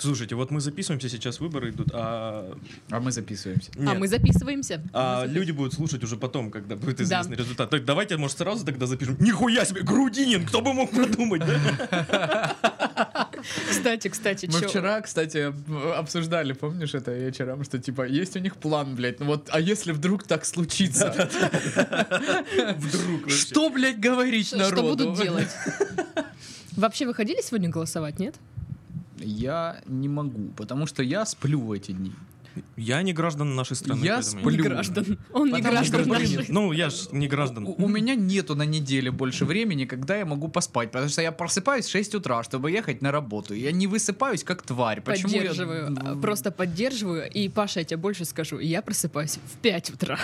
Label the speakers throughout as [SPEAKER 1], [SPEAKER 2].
[SPEAKER 1] Слушайте, вот мы записываемся, сейчас выборы идут, а...
[SPEAKER 2] А мы записываемся.
[SPEAKER 1] нет.
[SPEAKER 3] А мы записываемся.
[SPEAKER 1] А
[SPEAKER 3] Мы запис-
[SPEAKER 1] люди будут слушать уже потом, когда будет
[SPEAKER 3] Да.
[SPEAKER 1] известный результат. Так давайте, может, сразу тогда запишем. Нихуя себе, Грудинин, кто бы мог подумать, да?
[SPEAKER 3] Кстати, кстати,
[SPEAKER 2] Мы
[SPEAKER 3] чё-
[SPEAKER 2] вчера, кстати, обсуждали, помнишь это вечером, что типа есть у них план, блядь, ну вот, а если вдруг так случится?
[SPEAKER 1] Вдруг вообще.
[SPEAKER 2] Что, блядь, говорить
[SPEAKER 3] Что,
[SPEAKER 2] народу?
[SPEAKER 3] будут делать? Вообще выходили сегодня голосовать, нет?
[SPEAKER 2] Я не могу, потому что я сплю в эти дни.
[SPEAKER 1] Я не граждан нашей страны.
[SPEAKER 2] Я
[SPEAKER 1] поэтому
[SPEAKER 2] сплю.
[SPEAKER 3] Не
[SPEAKER 2] Блин.
[SPEAKER 3] граждан. Он не
[SPEAKER 2] Потому что
[SPEAKER 3] граждан
[SPEAKER 2] мы
[SPEAKER 3] наших.
[SPEAKER 1] не- Ну, я ж не граждан.
[SPEAKER 2] У, у меня нету на неделе больше времени, когда я могу поспать, потому что я просыпаюсь в 6 утра, чтобы ехать на работу. Я не высыпаюсь, как тварь. Почему я-
[SPEAKER 3] Поддерживаю. а, Просто поддерживаю. И, Паша, я тебе больше скажу. Я просыпаюсь в 5 утра.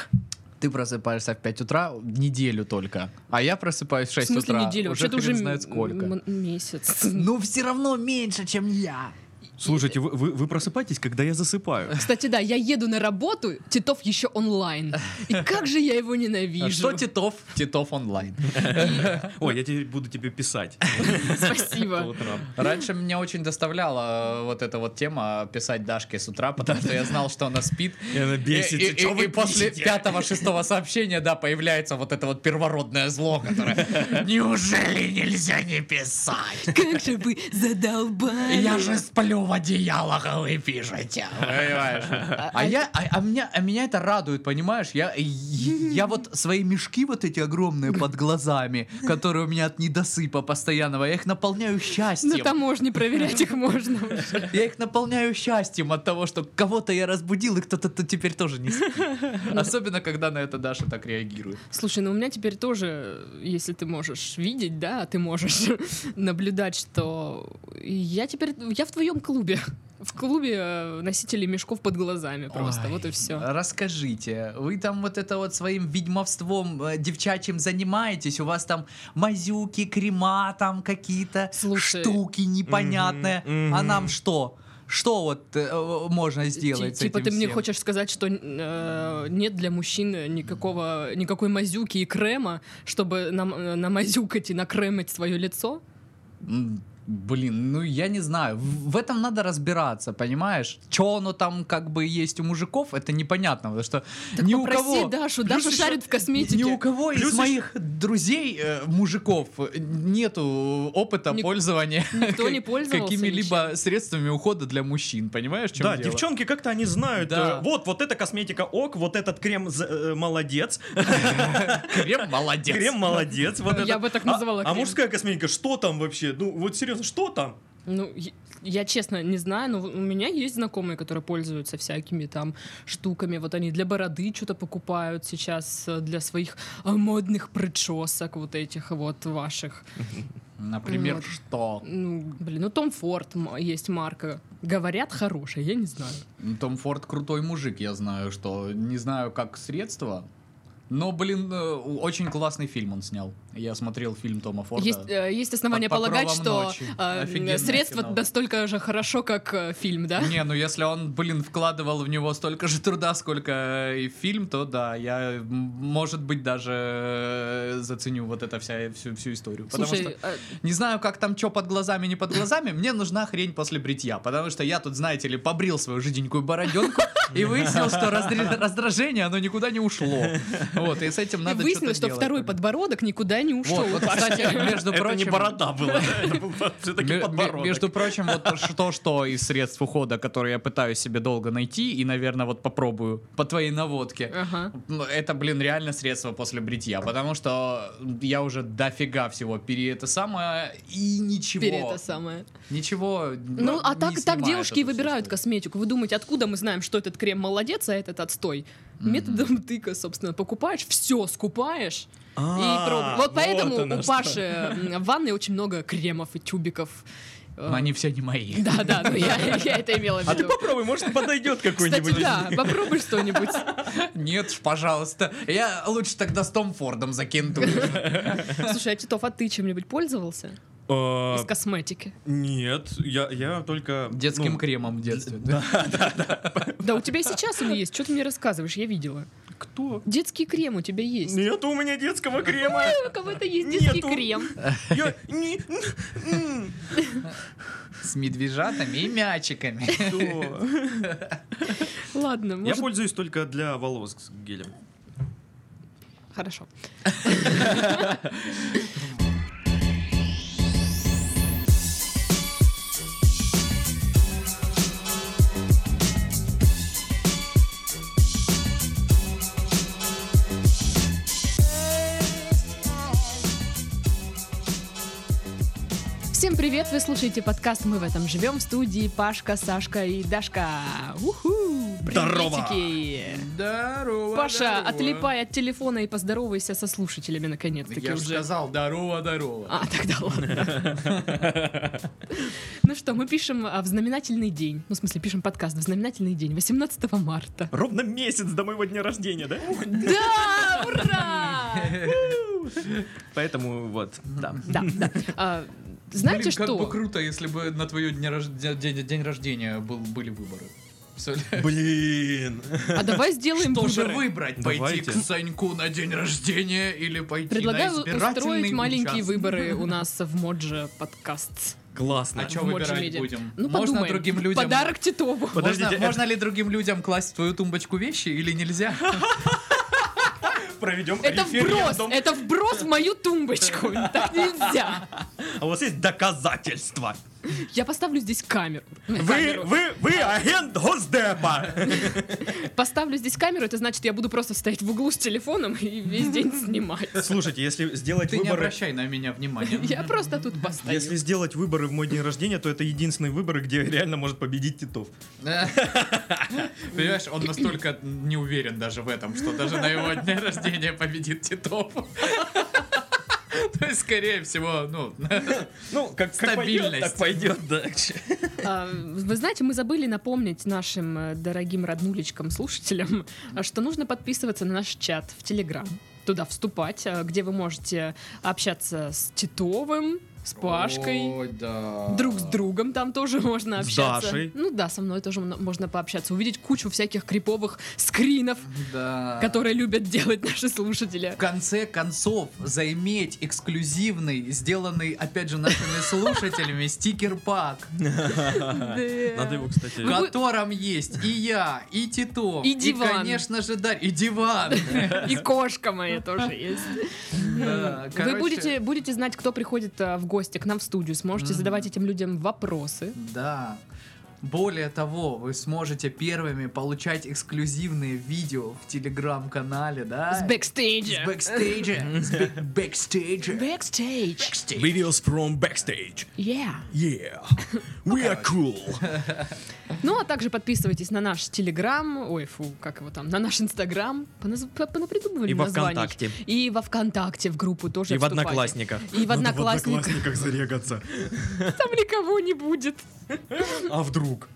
[SPEAKER 2] Ты просыпаешься в 5 утра неделю только, а я просыпаюсь в 6
[SPEAKER 3] в смысле
[SPEAKER 2] утра.
[SPEAKER 3] неделю?
[SPEAKER 2] Уже
[SPEAKER 3] Вообще-то
[SPEAKER 2] хрен
[SPEAKER 3] уже
[SPEAKER 2] знает сколько.
[SPEAKER 3] м- месяц.
[SPEAKER 2] Но все Ну, равно меньше, чем я.
[SPEAKER 1] Слушайте, вы, вы, вы просыпаетесь, когда я засыпаю.
[SPEAKER 3] Кстати, да, я еду на работу, Титов еще онлайн. И как же я его ненавижу.
[SPEAKER 2] А Что Титов? Титов онлайн.
[SPEAKER 1] Ой, я теперь буду тебе писать.
[SPEAKER 2] Типа.
[SPEAKER 1] по
[SPEAKER 3] Спасибо.
[SPEAKER 1] утрам.
[SPEAKER 2] Раньше меня очень доставляла э, вот эта вот тема писать Дашке с утра, потому что я знал, что она спит.
[SPEAKER 1] И она бесится.
[SPEAKER 2] И, и-
[SPEAKER 1] «Чё
[SPEAKER 2] и-
[SPEAKER 1] вы
[SPEAKER 2] и после
[SPEAKER 1] пишете?»
[SPEAKER 2] пятого-шестого сообщения, да, появляется вот это вот первородное зло, которое «Неужели нельзя не писать?
[SPEAKER 3] Как же вы задолбали.
[SPEAKER 2] Я же сплю в одеялах, а вы пишете». Понимаешь? А, я, а, а меня, а меня это радует, понимаешь? Я, я вот свои мешки вот эти огромные под глазами, которые у меня от недосыпа постоянного, я их наполняю
[SPEAKER 3] На
[SPEAKER 2] счастьем.
[SPEAKER 3] таможне проверять их можно уже.
[SPEAKER 2] Я их наполняю счастьем от того, что кого-то я разбудил, и кто-то т- теперь тоже не спит. Особенно, когда на это Даша так реагирует.
[SPEAKER 3] Слушай, ну у меня теперь тоже, если ты можешь видеть, да, а ты можешь наблюдать, что я теперь, я в твоем клубе. В клубе э, носителей мешков под глазами просто,
[SPEAKER 2] Ой, а
[SPEAKER 3] вот и все.
[SPEAKER 2] Расскажите, вы там вот это вот своим ведьмовством э, девчачьим занимаетесь? У вас там мазюки, крема там какие-то
[SPEAKER 3] Слушай.
[SPEAKER 2] штуки непонятные.
[SPEAKER 1] Мгм, мгм.
[SPEAKER 2] А нам что? Что вот э, э, можно сделать с
[SPEAKER 3] Типа
[SPEAKER 2] этим
[SPEAKER 3] ты мне
[SPEAKER 2] всем?
[SPEAKER 3] хочешь сказать, что э, нет для мужчин никакого, никакой мазюки и крема, чтобы нам, э, намазюкать и накремать свое лицо?
[SPEAKER 2] М, Блин, ну я не знаю. В в этом надо разбираться, понимаешь? Че оно там как бы есть у мужиков, это непонятно, потому что ни у
[SPEAKER 3] Попроси
[SPEAKER 2] кого...
[SPEAKER 3] Дашу,
[SPEAKER 2] Плюс
[SPEAKER 3] Даша
[SPEAKER 2] еще-
[SPEAKER 3] шарит в косметике.
[SPEAKER 2] Ни у кого из
[SPEAKER 1] Плюс еще-
[SPEAKER 2] моих друзей, э, мужиков, э, нету опыта
[SPEAKER 3] Ник-
[SPEAKER 2] пользования
[SPEAKER 3] никто не
[SPEAKER 2] как-
[SPEAKER 3] пользовался
[SPEAKER 2] какими-либо средствами ухода для мужчин, понимаешь, в чем
[SPEAKER 1] Да,
[SPEAKER 2] дело?
[SPEAKER 1] девчонки как-то они знают.
[SPEAKER 2] Да.
[SPEAKER 1] э, Вот, вот эта косметика ок, вот этот крем за- э, молодец,
[SPEAKER 2] Крем молодец.
[SPEAKER 1] крем молодец. вот
[SPEAKER 3] Ну, Я
[SPEAKER 1] это-
[SPEAKER 3] бы так
[SPEAKER 1] А-
[SPEAKER 3] назвала
[SPEAKER 1] А
[SPEAKER 3] крем.
[SPEAKER 1] мужская косметика, что там вообще? Ну, вот серьезно, что там?
[SPEAKER 3] Ну, я, я честно не знаю, но у меня есть знакомые, которые пользуются всякими там штуками. Вот они для бороды что-то покупают сейчас, э, для своих э, модных причесок вот этих вот ваших.
[SPEAKER 2] Например,
[SPEAKER 3] Вот.
[SPEAKER 2] что?
[SPEAKER 3] Ну, блин, ну Том Форд м- есть марка. Говорят, хорошая, я не знаю.
[SPEAKER 2] Ну, Том Форд крутой мужик, я знаю, что не знаю как средство, но, блин, э, очень классный фильм он снял. Я смотрел фильм Тома Форда.
[SPEAKER 3] Есть, э, есть основания
[SPEAKER 2] Под покровом
[SPEAKER 3] полагать, что
[SPEAKER 2] ночи.
[SPEAKER 3] э,
[SPEAKER 2] Офигенный
[SPEAKER 3] средство
[SPEAKER 2] финал.
[SPEAKER 3] настолько же хорошо, как э, фильм, да?
[SPEAKER 2] Не, ну если он, блин, вкладывал в него столько же труда, сколько э, и в фильм, то да, я, м, может быть, даже э, заценю вот это вся, всю, всю историю. Потому
[SPEAKER 3] Слушай,
[SPEAKER 2] что
[SPEAKER 3] э,
[SPEAKER 2] не знаю, как там, что под глазами, не под глазами, мне нужна хрень после бритья, потому что я тут, знаете ли, побрил свою жиденькую бороденку и выяснил, что раздре- раздражение, оно никуда не ушло. Вот, и с этим
[SPEAKER 3] и
[SPEAKER 2] надо
[SPEAKER 3] выяснилось,
[SPEAKER 2] что-то
[SPEAKER 3] что
[SPEAKER 2] делать.
[SPEAKER 3] второй подбородок никуда не ушел.
[SPEAKER 2] Вот, вот, кстати, между
[SPEAKER 1] Это не
[SPEAKER 2] прочим...
[SPEAKER 1] борода была, это был все-таки
[SPEAKER 2] Ну, Ме- ме-
[SPEAKER 1] подбородок.
[SPEAKER 2] Между прочим, вот что-что из средств ухода, которые я пытаюсь себе долго найти, и, наверное, вот попробую по твоей наводке.
[SPEAKER 3] Ага.
[SPEAKER 2] Ну, Это, блин, реально средство после бритья, потому что я уже дофига всего пере это самое, и ничего.
[SPEAKER 3] Теперь это самое.
[SPEAKER 2] Ничего.
[SPEAKER 3] Ну, а
[SPEAKER 2] не
[SPEAKER 3] так, так
[SPEAKER 2] снимает
[SPEAKER 3] девушки и
[SPEAKER 2] эту всю
[SPEAKER 3] выбирают
[SPEAKER 2] штуку.
[SPEAKER 3] косметику. Вы думаете, откуда мы знаем, что этот крем молодец, а этот отстой? Методом тыка, собственно, покупаешь, все скупаешь
[SPEAKER 1] А,
[SPEAKER 3] и пробуешь. Вот поэтому
[SPEAKER 1] оно
[SPEAKER 3] у
[SPEAKER 1] что.
[SPEAKER 3] Паши м, в ванной очень много кремов и тюбиков. Э,
[SPEAKER 2] Но они все не мои.
[SPEAKER 3] Да, да, ну я, я это имела в
[SPEAKER 1] Ну, А ты
[SPEAKER 3] виду.
[SPEAKER 1] попробуй, может, подойдет какой-нибудь.
[SPEAKER 3] Кстати,
[SPEAKER 1] из
[SPEAKER 3] да,
[SPEAKER 1] них.
[SPEAKER 3] попробуй что-нибудь.
[SPEAKER 2] Нет, ж, пожалуйста. Я лучше тогда с Том Фордом закинтую.
[SPEAKER 3] Слушай, а Титов, а ты чем-нибудь пользовался
[SPEAKER 1] Э,
[SPEAKER 3] из косметики?
[SPEAKER 1] Нет, я, я только...
[SPEAKER 2] Детским
[SPEAKER 1] ну,
[SPEAKER 2] кремом в детстве.
[SPEAKER 3] Да у тебя и сейчас он есть, что ты мне рассказываешь, я видела.
[SPEAKER 1] Кто?
[SPEAKER 3] Детский крем у тебя есть.
[SPEAKER 1] Нет у меня детского крема.
[SPEAKER 3] У кого-то есть детский
[SPEAKER 1] Нету.
[SPEAKER 3] крем.
[SPEAKER 1] Я не... м,
[SPEAKER 2] С медвежатами и мячиками.
[SPEAKER 1] что?
[SPEAKER 3] Ладно,
[SPEAKER 1] Я
[SPEAKER 3] может...
[SPEAKER 1] пользуюсь только для волос с гелем.
[SPEAKER 3] Хорошо. Всем привет! Вы слушаете подкаст «Мы в этом живем» в студии Пашка, Сашка и Дашка. Уху!
[SPEAKER 1] Здорово!
[SPEAKER 3] Приветики!
[SPEAKER 2] Здорово,
[SPEAKER 3] Паша,
[SPEAKER 2] здорово.
[SPEAKER 3] отлипай от телефона и поздоровайся со слушателями наконец-таки
[SPEAKER 2] Я же
[SPEAKER 3] уже.
[SPEAKER 2] сказал, здорово, здорово.
[SPEAKER 3] А, тогда ладно. Ну что, мы пишем а, в знаменательный день. Ну, в смысле, пишем подкаст в знаменательный день, 18 марта.
[SPEAKER 1] Ровно месяц до моего дня рождения, да?
[SPEAKER 3] Да, ура!
[SPEAKER 1] Поэтому вот, да.
[SPEAKER 3] Да, да. А, Знаете
[SPEAKER 2] Блин, как бы
[SPEAKER 3] что?
[SPEAKER 2] круто, если бы на твое дня рож- дя- день, день рождения был, были выборы. Всё ли?
[SPEAKER 1] Блин.
[SPEAKER 3] А давай сделаем
[SPEAKER 2] Что же
[SPEAKER 3] выборы.
[SPEAKER 2] выбрать?
[SPEAKER 1] Давайте.
[SPEAKER 2] Пойти к Саньку на день рождения или пойти
[SPEAKER 3] Предлагаю
[SPEAKER 2] на избирательный
[SPEAKER 3] устроить маленькие
[SPEAKER 2] участок?
[SPEAKER 3] выборы у нас в Моджи подкаст.
[SPEAKER 1] Классно.
[SPEAKER 2] А что
[SPEAKER 3] в Моджи
[SPEAKER 2] выбирать
[SPEAKER 3] Медиа.
[SPEAKER 2] будем?
[SPEAKER 3] Ну,
[SPEAKER 2] Можно
[SPEAKER 3] подумаем.
[SPEAKER 2] другим людям-
[SPEAKER 3] Подарок Титову.
[SPEAKER 1] Подождите,
[SPEAKER 2] можно,
[SPEAKER 1] это-
[SPEAKER 2] можно ли другим людям класть в твою тумбочку вещи или нельзя?
[SPEAKER 1] Проведем
[SPEAKER 3] Это
[SPEAKER 1] эфир
[SPEAKER 3] вброс,
[SPEAKER 1] рядом.
[SPEAKER 3] это вброс в мою тумбочку. Так нельзя.
[SPEAKER 1] А у вас есть доказательства.
[SPEAKER 3] Я поставлю здесь камеру. Ну,
[SPEAKER 1] Вы,
[SPEAKER 3] камеру.
[SPEAKER 1] вы, вы агент Госдепа.
[SPEAKER 3] Поставлю здесь камеру, это значит, я буду просто стоять в углу с телефоном и весь день снимать.
[SPEAKER 1] Слушайте, если сделать
[SPEAKER 2] Ты не
[SPEAKER 1] выборы...
[SPEAKER 2] обращай на меня внимания.
[SPEAKER 3] Я просто тут постою.
[SPEAKER 1] Если сделать выборы в мой день рождения, то это единственные выборы, где реально может победить Титов.
[SPEAKER 2] Понимаешь, он настолько не уверен даже в этом, что даже на его дне рождения победит Титов. То есть, скорее всего, ну,
[SPEAKER 1] Ну, как, как пойдет, так
[SPEAKER 2] Стабильность.
[SPEAKER 1] пойдет, да.
[SPEAKER 3] А, Вы знаете, мы забыли напомнить нашим э, дорогим роднулечкам, слушателям, а, что нужно подписываться на наш чат в Телеграм. Туда вступать, а, где вы можете общаться с Титовым, с Пашкой.
[SPEAKER 2] Ой, да.
[SPEAKER 3] Друг с другом там тоже можно
[SPEAKER 1] С
[SPEAKER 3] общаться.
[SPEAKER 1] Дашей.
[SPEAKER 3] Ну да, со мной тоже мно- можно пообщаться. Увидеть кучу всяких криповых скринов,
[SPEAKER 2] Да.
[SPEAKER 3] которые любят делать наши слушатели.
[SPEAKER 2] в конце концов заиметь эксклюзивный, сделанный, опять же, нашими слушателями, стикер-пак,
[SPEAKER 3] Э,
[SPEAKER 1] Надо его, кстати...
[SPEAKER 2] в котором есть и я, и Титов,
[SPEAKER 3] Ну И диван.
[SPEAKER 2] конечно же, Дарь, и диван.
[SPEAKER 3] И кошка моя тоже есть.
[SPEAKER 2] Да,
[SPEAKER 3] Вы
[SPEAKER 2] короче,
[SPEAKER 3] будете, будете знать, кто приходит а, в гости к нам в студию, сможете
[SPEAKER 2] Мгм.
[SPEAKER 3] задавать этим людям вопросы.
[SPEAKER 2] Да. Более того, вы сможете первыми получать эксклюзивные видео в телеграм-канале, да?
[SPEAKER 3] С бэкстейджа.
[SPEAKER 2] С бэкстейджа. С бэк- бэкстейджа.
[SPEAKER 3] Бэкстейдж.
[SPEAKER 1] Videos from backstage.
[SPEAKER 3] Yeah.
[SPEAKER 1] Yeah. We are cool.
[SPEAKER 3] Ну, а также подписывайтесь на наш Телеграм, ой, фу, как его там, на наш Инстаграм. Поназ- по- Понапридумывали
[SPEAKER 1] И во
[SPEAKER 3] названий.
[SPEAKER 1] ВКонтакте.
[SPEAKER 3] И во ВКонтакте в группу тоже
[SPEAKER 1] И в
[SPEAKER 3] вступайте.
[SPEAKER 1] одноклассниках.
[SPEAKER 3] И в
[SPEAKER 1] Надо
[SPEAKER 3] одноклассниках.
[SPEAKER 1] зарегаться.
[SPEAKER 3] Там никого не будет.
[SPEAKER 1] А вдруг?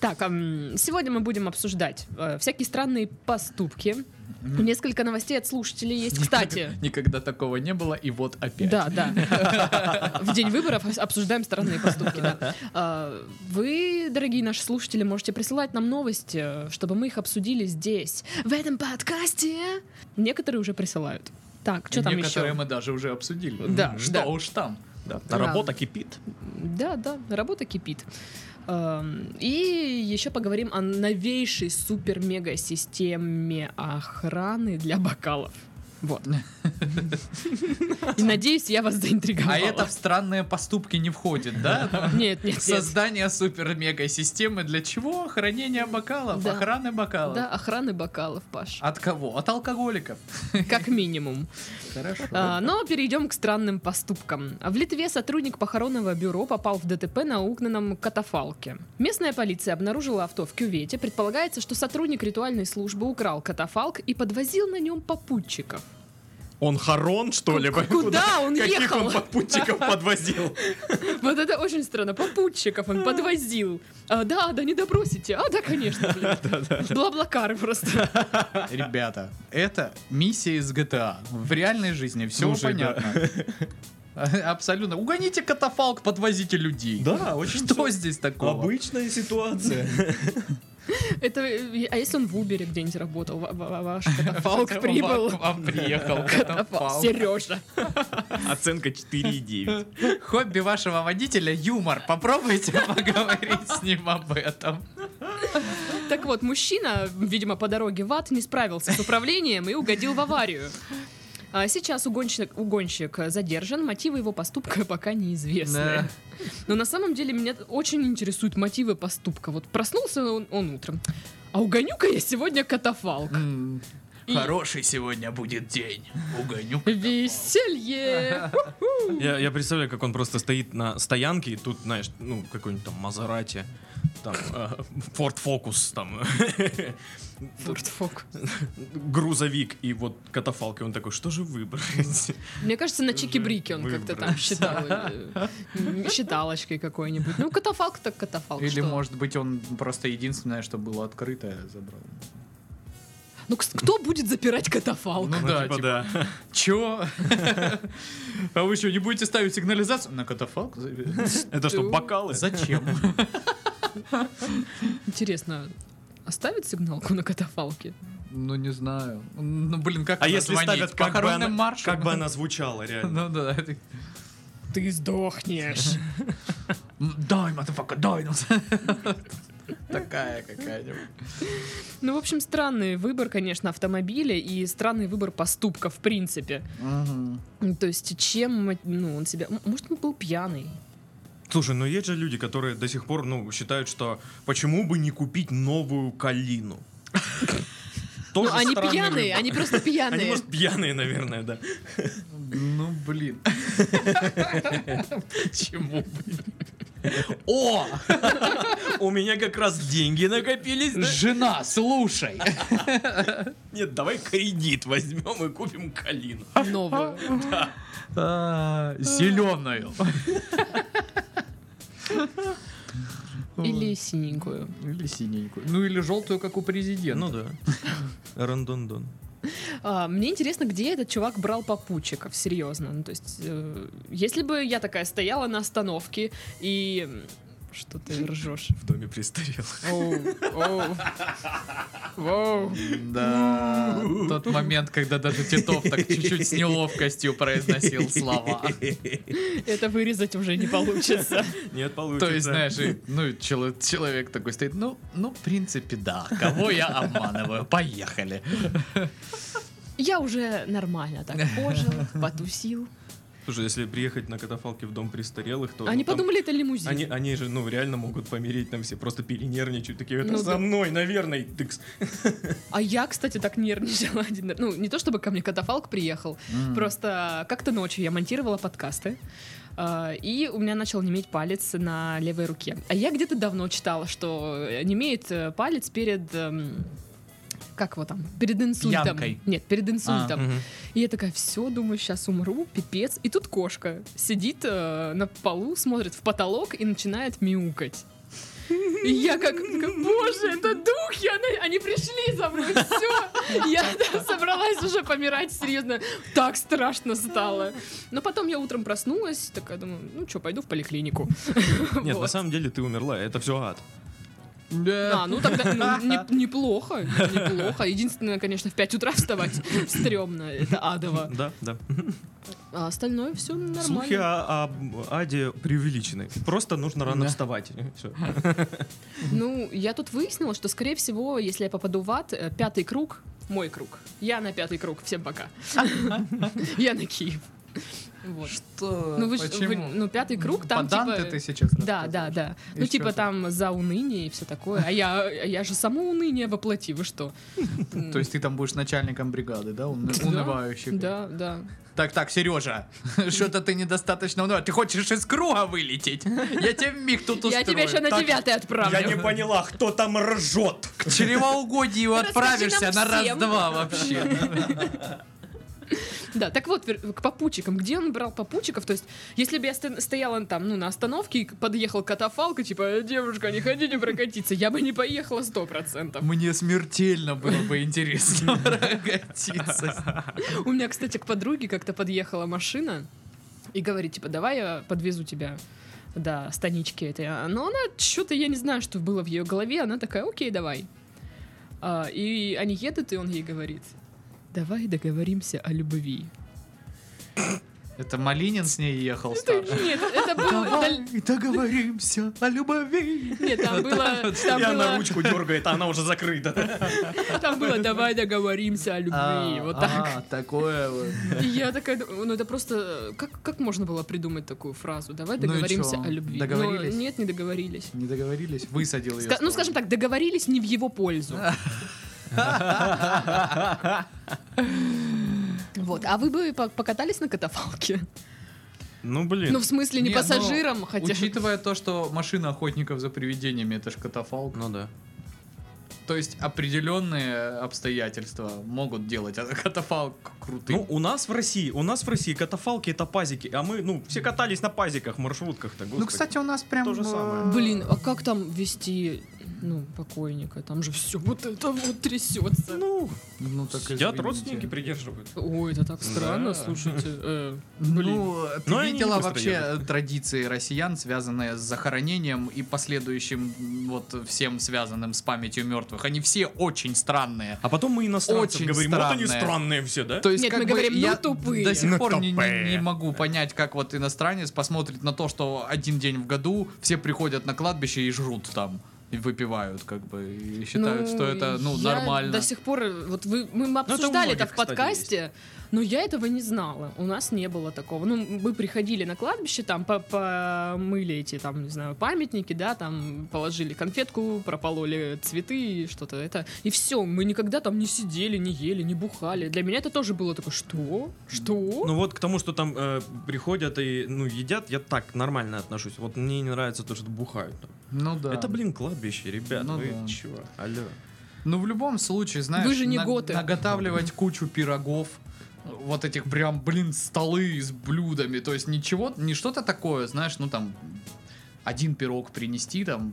[SPEAKER 3] Так, ам, сегодня мы будем обсуждать э, всякие странные поступки. Несколько новостей от слушателей есть. Кстати,
[SPEAKER 2] Никогда такого не было, и вот опять.
[SPEAKER 3] Да, да. В день выборов ос- обсуждаем странные поступки. да. А, Вы, дорогие наши слушатели, можете присылать нам новости, э, чтобы мы их обсудили здесь, в этом подкасте. Некоторые уже присылают. Так, что там
[SPEAKER 2] Некоторые
[SPEAKER 3] еще?
[SPEAKER 2] мы даже уже обсудили.
[SPEAKER 3] Да,
[SPEAKER 2] Что
[SPEAKER 3] да.
[SPEAKER 2] уж там.
[SPEAKER 1] Да.
[SPEAKER 3] Да.
[SPEAKER 1] Работа кипит.
[SPEAKER 3] Да, да, работа кипит. Эм, И еще поговорим о новейшей супер-мега-системе охраны для бокалов. Вот. И надеюсь, я вас заинтриговала.
[SPEAKER 2] А это в странные поступки не входит, да?
[SPEAKER 3] Нет, нет, нет.
[SPEAKER 2] Создание супер-мега-системы для чего? Хранения бокалов,
[SPEAKER 3] Да.
[SPEAKER 2] охраны бокалов.
[SPEAKER 3] Да, охраны бокалов, Паш.
[SPEAKER 2] От кого? От алкоголиков.
[SPEAKER 3] Как минимум.
[SPEAKER 2] Хорошо.
[SPEAKER 3] А, Но перейдем к странным поступкам. В Литве сотрудник похоронного бюро попал в ДТП на угнанном катафалке. Местная полиция обнаружила авто в кювете. Предполагается, что сотрудник ритуальной службы украл катафалк и подвозил на нем попутчиков.
[SPEAKER 1] Он хорон, что ли?
[SPEAKER 3] Куда, он
[SPEAKER 1] Каких
[SPEAKER 3] ехал?
[SPEAKER 1] он попутчиков подвозил?
[SPEAKER 3] Вот это очень странно. Попутчиков он подвозил. А, да, да, не добросите. А, да, конечно. блин. Бла-блакары просто. ну.
[SPEAKER 2] Ребята, это миссия из GTA. В реальной жизни все
[SPEAKER 1] Слушай, да.
[SPEAKER 2] понятно. А- Абсолютно. Угоните катафалк, подвозите людей.
[SPEAKER 1] Да, очень
[SPEAKER 2] Что
[SPEAKER 1] всё
[SPEAKER 2] здесь такого?
[SPEAKER 1] Обычная ситуация.
[SPEAKER 3] Это, э, а если он в Убере где-нибудь работал, Ва- ва- ваш катафалк прибыл?
[SPEAKER 2] Вам- вам приехал. катафалк.
[SPEAKER 3] Сережа.
[SPEAKER 4] Оценка 4,9.
[SPEAKER 2] Хобби вашего водителя юмор. Попробуйте поговорить с ним об этом.
[SPEAKER 3] Так вот, мужчина, видимо, по дороге в ад не справился с управлением и угодил в аварию. А Сейчас угонщик, угонщик задержан, мотивы его поступка пока неизвестны.
[SPEAKER 2] Да.
[SPEAKER 3] Но на самом деле меня очень интересуют мотивы поступка. Вот проснулся он, он утром, а угоню-ка я сегодня катафалк.
[SPEAKER 2] М,
[SPEAKER 3] И-
[SPEAKER 2] Хороший сегодня будет день. Угоню.
[SPEAKER 3] Веселье!
[SPEAKER 1] Я, я представляю, как он просто стоит на стоянке, и тут, знаешь, ну, какой-нибудь там Мазерати, там, Форд Фокус, там,
[SPEAKER 3] Форд Фокус.
[SPEAKER 1] грузовик и вот катафалка. И Он такой, что же выбрать?
[SPEAKER 3] Мне кажется, на чики-брики он как-то там
[SPEAKER 1] Выброс.
[SPEAKER 3] считал. э, м, Считалочкой какой-нибудь. Ну, катафалк так катафалк.
[SPEAKER 2] Или,
[SPEAKER 3] что?
[SPEAKER 2] может быть, он просто единственное, что было открытое, забрал.
[SPEAKER 3] Ну, кс- кто будет запирать катафалк?
[SPEAKER 2] Ну да, типа,
[SPEAKER 1] да.
[SPEAKER 2] чё? А вы что, не будете ставить сигнализацию? На катафалк? За-
[SPEAKER 1] Это что, бокалы?
[SPEAKER 2] Зачем?
[SPEAKER 3] Интересно, оставит сигналку на катафалке?
[SPEAKER 2] Ну, не знаю. Ну, блин, как
[SPEAKER 1] А если
[SPEAKER 2] назвонить?
[SPEAKER 1] ставят, как бы,
[SPEAKER 2] Похоронным
[SPEAKER 1] она,
[SPEAKER 2] маршем?
[SPEAKER 1] как бы она звучала, реально.
[SPEAKER 2] Ну да. это-
[SPEAKER 3] Ты сдохнешь.
[SPEAKER 2] М, Дай, матафака, дай нам. Такая какая-нибудь.
[SPEAKER 3] Ну, в общем, странный выбор, конечно, автомобиля и странный выбор поступка, в принципе.
[SPEAKER 2] Мгм.
[SPEAKER 3] Ну, То есть, чем ну, он себя... М, Может, он был пьяный?
[SPEAKER 1] Слушай, ну есть же люди, которые до сих пор, ну, считают, что почему бы не купить новую калину?
[SPEAKER 3] Ну, а
[SPEAKER 1] Тоже
[SPEAKER 3] они
[SPEAKER 1] странный
[SPEAKER 3] пьяные,
[SPEAKER 1] выбор.
[SPEAKER 3] они просто
[SPEAKER 1] Они,
[SPEAKER 3] пьяные.
[SPEAKER 1] может, пьяные, наверное, да.
[SPEAKER 2] Ну, блин. Почему, блин? О!
[SPEAKER 1] У меня как раз деньги накопились. да?
[SPEAKER 2] Жена, слушай!
[SPEAKER 1] Нет, давай кредит возьмем и купим калину.
[SPEAKER 3] Новую.
[SPEAKER 2] А, Зеленую.
[SPEAKER 3] Или синенькую.
[SPEAKER 2] Или синенькую. Ну или желтую, как у президента.
[SPEAKER 1] Ну да. Рандондон.
[SPEAKER 3] А, мне интересно, где этот чувак брал попутчиков, серьезно. Ну, то есть, э, если бы я такая стояла на остановке и... м, Что ты ржешь?
[SPEAKER 1] В доме престарелых.
[SPEAKER 3] Оу, оу. Воу.
[SPEAKER 2] Да. Тот момент, когда даже Титов так чуть-чуть с неловкостью произносил слова.
[SPEAKER 3] Это вырезать уже не получится.
[SPEAKER 1] Нет, получится.
[SPEAKER 2] То есть, знаешь, и, ну, чело- человек такой стоит, ну, ну, в принципе, да. Кого я обманываю? Поехали.
[SPEAKER 3] Я уже нормально так пожил, потусил.
[SPEAKER 1] Слушай, если приехать на катафалке в дом престарелых, то...
[SPEAKER 3] Они
[SPEAKER 1] ну, там-
[SPEAKER 3] подумали, это лимузин.
[SPEAKER 1] Они, они же, ну, реально могут помереть там все, просто перенервничают, такие, это
[SPEAKER 3] Ну
[SPEAKER 1] за
[SPEAKER 3] да.
[SPEAKER 1] мной, наверное, тыкс.
[SPEAKER 3] А я, кстати, так нервничала один раз. Ну, не то чтобы ко мне катафалк приехал, просто как-то ночью я монтировала подкасты. а, И у меня начал неметь палец на левой руке. А я где-то давно читала, что немеет э, палец перед... эм, Как его там? Перед инсультом.
[SPEAKER 2] Пьянкой.
[SPEAKER 3] Нет, перед инсультом.
[SPEAKER 1] мгм.
[SPEAKER 3] И я такая, все, думаю, сейчас умру, пипец. И тут кошка сидит э, на полу, смотрит в потолок и начинает мяукать. И я как, как, боже, это духи, она- они пришли за мной, все. Я да, собралась уже помирать, серьезно, так страшно стало. Но потом я утром проснулась, такая думаю, ну что, пойду в поликлинику.
[SPEAKER 1] Нет, на
[SPEAKER 3] Вот.
[SPEAKER 1] самом деле ты умерла, это все ад.
[SPEAKER 3] А, ну тогда ну, не- неплохо, неплохо. Единственное, конечно, в 5 утра вставать стрёмно, это адово.
[SPEAKER 1] Да, да.
[SPEAKER 3] А остальное все нормально.
[SPEAKER 1] Слухи о, об Аде преувеличены. Просто нужно рано
[SPEAKER 2] Да.
[SPEAKER 1] вставать. Всё.
[SPEAKER 3] Ну, я тут выяснила, что, скорее всего, если я попаду в ад, э, пятый круг — мой круг. Я на пятый круг, всем пока. Я на Киев. Вот.
[SPEAKER 2] Что?
[SPEAKER 3] Ну, вы ж- вы- ну, пятый круг там,
[SPEAKER 2] Поданты
[SPEAKER 3] типа...
[SPEAKER 2] ты сейчас
[SPEAKER 3] Да, да, да. Ну,
[SPEAKER 2] Ещё
[SPEAKER 3] типа
[SPEAKER 2] это.
[SPEAKER 3] там за уныние и все такое. А я, а я же само уныние воплоти, вы что?
[SPEAKER 2] То есть ты там будешь начальником бригады, да, уны-
[SPEAKER 3] Да,
[SPEAKER 2] унывающих?
[SPEAKER 3] Да, да.
[SPEAKER 2] Так, так, Сережа, что-то ты недостаточно унываешь. Ты хочешь из круга вылететь? Я тебе миг тут устрою.
[SPEAKER 3] Я тебя еще на
[SPEAKER 2] Так,
[SPEAKER 3] девятый отправлю.
[SPEAKER 1] Я не поняла, кто там ржет.
[SPEAKER 2] К чревоугодию
[SPEAKER 3] Расскажи нам
[SPEAKER 2] отправишься на
[SPEAKER 3] всем.
[SPEAKER 2] раз-два вообще.
[SPEAKER 3] Да, так вот, вер- к попутчикам. Где он брал попутчиков? То есть, если бы я сто- стояла там, ну, на остановке, и к- подъехал катафалка, типа, «Э, девушка, не хотите прокатиться? Я бы не поехала сто процентов.
[SPEAKER 2] Мне смертельно было бы интересно прокатиться.
[SPEAKER 3] У меня, кстати, к подруге как-то подъехала машина и говорит, типа, давай я подвезу тебя да, станички этой. А, Но она что-то, я не знаю, что было в ее голове, она такая, окей, давай. А, и они едут, и он ей говорит, давай договоримся о любви.
[SPEAKER 2] Это Малинин с ней ехал
[SPEAKER 3] Это-
[SPEAKER 2] старше.
[SPEAKER 3] Нет, это было...
[SPEAKER 2] Давай договоримся о любви.
[SPEAKER 3] Нет, там было... Там
[SPEAKER 1] И она
[SPEAKER 3] было,
[SPEAKER 1] ручку дергает, а она уже закрыта.
[SPEAKER 3] там было «давай договоримся о любви».
[SPEAKER 2] А,
[SPEAKER 3] Вот так.
[SPEAKER 2] а, такое вот.
[SPEAKER 3] И я такая, думаю, ну это просто... Как, как можно было придумать такую фразу? Давай
[SPEAKER 2] Ну и
[SPEAKER 3] договоримся
[SPEAKER 2] чё,
[SPEAKER 3] о любви.
[SPEAKER 2] договорились?
[SPEAKER 3] Но нет, не договорились.
[SPEAKER 2] Не договорились, высадил ее.
[SPEAKER 3] Ска- ну, скажем так, договорились не в его пользу. Вот. А вы бы по- покатались на катафалке?
[SPEAKER 1] Ну,
[SPEAKER 3] Ну,
[SPEAKER 1] блин.
[SPEAKER 3] в смысле, не
[SPEAKER 2] Не, ну,
[SPEAKER 3] пассажиром, хотя...
[SPEAKER 2] Учитывая то, что машина охотников за привидениями это ж катафалк.
[SPEAKER 1] Ну да.
[SPEAKER 2] То есть определенные обстоятельства могут делать а катафалк крутым.
[SPEAKER 1] Ну, у нас в России, у нас в России катафалки это пазики, а мы, ну, все катались на пазиках, маршрутках-то,
[SPEAKER 3] Ну,
[SPEAKER 1] господи.
[SPEAKER 2] у нас прям...
[SPEAKER 1] Ну, то же
[SPEAKER 2] э,
[SPEAKER 1] самое.
[SPEAKER 3] Блин, а как там вести, ну, покойника? Там же все вот это вот трясется.
[SPEAKER 1] Ну,
[SPEAKER 2] Ну, так
[SPEAKER 1] сидят,
[SPEAKER 2] извините.
[SPEAKER 1] родственники придерживают.
[SPEAKER 3] Ой, это так странно,
[SPEAKER 1] Да.
[SPEAKER 3] слушайте. э, блин.
[SPEAKER 2] Ну, ты
[SPEAKER 1] Но они не
[SPEAKER 2] видела
[SPEAKER 1] быстро
[SPEAKER 2] вообще
[SPEAKER 1] едут.
[SPEAKER 2] э, традиции россиян, связанные с захоронением и последующим м, вот всем связанным с памятью мертвых? Они все очень странные.
[SPEAKER 1] А потом мы иностранцам
[SPEAKER 2] Очень
[SPEAKER 1] говорим, вот они
[SPEAKER 2] странные.
[SPEAKER 1] странные все, да?
[SPEAKER 2] То есть,
[SPEAKER 3] Нет,
[SPEAKER 2] как
[SPEAKER 3] мы
[SPEAKER 2] бы,
[SPEAKER 3] говорим, ну,
[SPEAKER 2] я
[SPEAKER 3] тупые.
[SPEAKER 2] до сих
[SPEAKER 1] Ну,
[SPEAKER 2] пор не, не-
[SPEAKER 1] тупые.
[SPEAKER 2] не могу понять, как вот иностранец посмотрит на то, что один день в году все приходят на кладбище и жрут там, и выпивают, как бы, и считают,
[SPEAKER 3] Ну,
[SPEAKER 2] что это, ну,
[SPEAKER 3] я
[SPEAKER 2] нормально. Ну,
[SPEAKER 3] До сих пор, э, вот вы, мы
[SPEAKER 1] это у
[SPEAKER 3] обсуждали это,
[SPEAKER 1] многих,
[SPEAKER 3] в
[SPEAKER 1] кстати,
[SPEAKER 3] подкасте, но я этого не знала. У нас не было такого. Ну, мы приходили на кладбище, там по- помыли эти, там, не знаю, памятники, да, там положили конфетку, пропололи цветы и что-то это. И все, мы никогда там не сидели, не ели, не бухали. Для меня это тоже было такое, что? Что?
[SPEAKER 1] Ну вот к тому, что там э, приходят и ну едят, я так нормально отношусь. Вот мне не нравится то, что бухают. там.
[SPEAKER 2] Ну да.
[SPEAKER 1] Это, блин, кладбище, ребят.
[SPEAKER 2] Ну
[SPEAKER 1] Ну, вы
[SPEAKER 2] да.
[SPEAKER 1] чего? Алло.
[SPEAKER 2] Ну, в любом случае, знаешь,
[SPEAKER 3] Вы же не
[SPEAKER 2] на-
[SPEAKER 3] готы.
[SPEAKER 2] наготавливать кучу пирогов, вот этих прям, блин, столы с блюдами, то есть ничего, не что-то такое, знаешь, ну там один пирог принести, там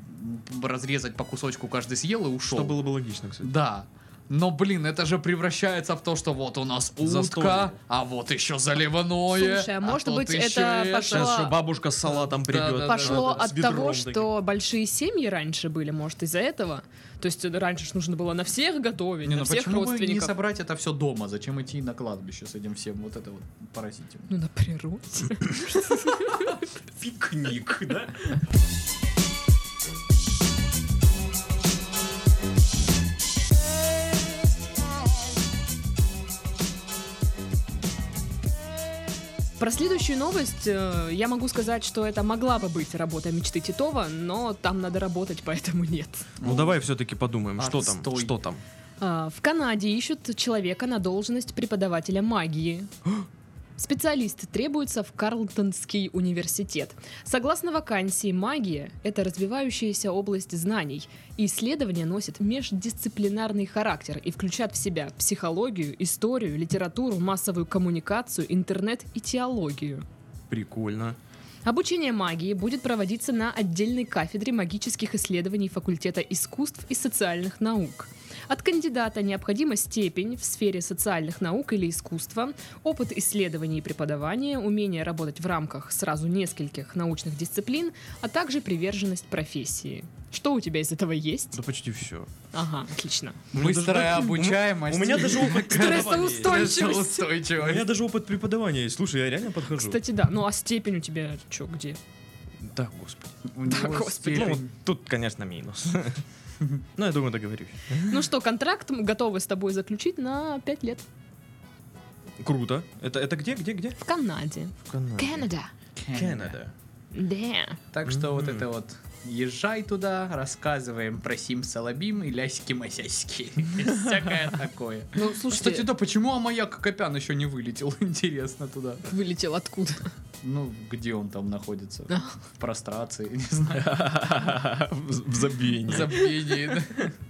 [SPEAKER 2] м, разрезать по кусочку каждый съел и ушел.
[SPEAKER 1] Что было бы логично, кстати.
[SPEAKER 2] Да. Но, блин, это же превращается в то, что вот у нас утка,
[SPEAKER 1] Застолье.
[SPEAKER 2] а вот еще заливное.
[SPEAKER 3] Слушай, а может
[SPEAKER 2] тут
[SPEAKER 3] быть,
[SPEAKER 2] еще
[SPEAKER 3] это пошло-
[SPEAKER 1] Сейчас еще бабушка с салатом придет.
[SPEAKER 2] Да-да-да.
[SPEAKER 3] пошло
[SPEAKER 1] да, да, с
[SPEAKER 3] от
[SPEAKER 1] ведром
[SPEAKER 3] того,
[SPEAKER 1] таким.
[SPEAKER 3] что большие семьи раньше были, может, из-за этого. То есть э, раньше ж нужно было на всех готовить,
[SPEAKER 2] Не,
[SPEAKER 3] на
[SPEAKER 2] ну
[SPEAKER 3] всех
[SPEAKER 2] почему бы не
[SPEAKER 3] родственников.
[SPEAKER 2] собрать это все дома? Зачем идти на кладбище с этим всем? Вот это вот поразительно.
[SPEAKER 3] Ну, на природе.
[SPEAKER 1] Пикник, да?
[SPEAKER 3] Про следующую новость э, я могу сказать, что это могла бы быть работа мечты Титова, но там надо работать, поэтому нет.
[SPEAKER 1] Ну давай все-таки подумаем, что там,
[SPEAKER 2] Отстой.
[SPEAKER 1] что там.
[SPEAKER 3] А, В Канаде ищут человека на должность преподавателя магии. Специалист требуется в Карлтонский университет. Согласно вакансии, магия — это развивающаяся область знаний, и исследования носят междисциплинарный характер и включают в себя психологию, историю, литературу, массовую коммуникацию, интернет и теологию.
[SPEAKER 1] Прикольно.
[SPEAKER 3] Обучение магии будет проводиться на отдельной кафедре магических исследований факультета искусств и социальных наук. От кандидата необходима степень в сфере социальных наук или искусства, опыт исследований и преподавания, умение работать в рамках сразу нескольких научных дисциплин, а также приверженность профессии. Что у тебя из этого есть?
[SPEAKER 1] Да почти все.
[SPEAKER 3] Ага, отлично.
[SPEAKER 2] Быстрая обучаемость.
[SPEAKER 1] У меня даже опыт преподавания есть.
[SPEAKER 3] Устойчивость.
[SPEAKER 1] У меня
[SPEAKER 2] Устойчивость.
[SPEAKER 1] даже опыт преподавания есть. Слушай, я реально подхожу.
[SPEAKER 3] Кстати, да. Ну а степень у тебя что, где?
[SPEAKER 1] Да, господи.
[SPEAKER 2] У него
[SPEAKER 3] господи,
[SPEAKER 1] Ну, вот
[SPEAKER 2] степень.
[SPEAKER 1] тут, конечно, минус. Ну, я думаю, договорюсь.
[SPEAKER 3] Ну что, контракт мы готовы с тобой заключить на 5 лет
[SPEAKER 1] Круто. Это, это где, где, где?
[SPEAKER 3] в Канаде.
[SPEAKER 1] В Канаде.
[SPEAKER 3] Канада.
[SPEAKER 1] Канада.
[SPEAKER 3] Да.
[SPEAKER 2] Так что вот
[SPEAKER 1] Мгм.
[SPEAKER 2] это вот. Езжай туда, рассказываем про Сим-Салабим и ляськи-масяськи. Всякое такое.
[SPEAKER 3] Ну, слушайте,
[SPEAKER 2] Кстати, да, почему Амаяк Копян еще не вылетел? Интересно туда.
[SPEAKER 3] вылетел откуда?
[SPEAKER 2] Ну, где он там находится?
[SPEAKER 3] Да.
[SPEAKER 2] В прострации, не знаю.
[SPEAKER 1] В в
[SPEAKER 2] в
[SPEAKER 1] забвении.
[SPEAKER 2] забвении, да.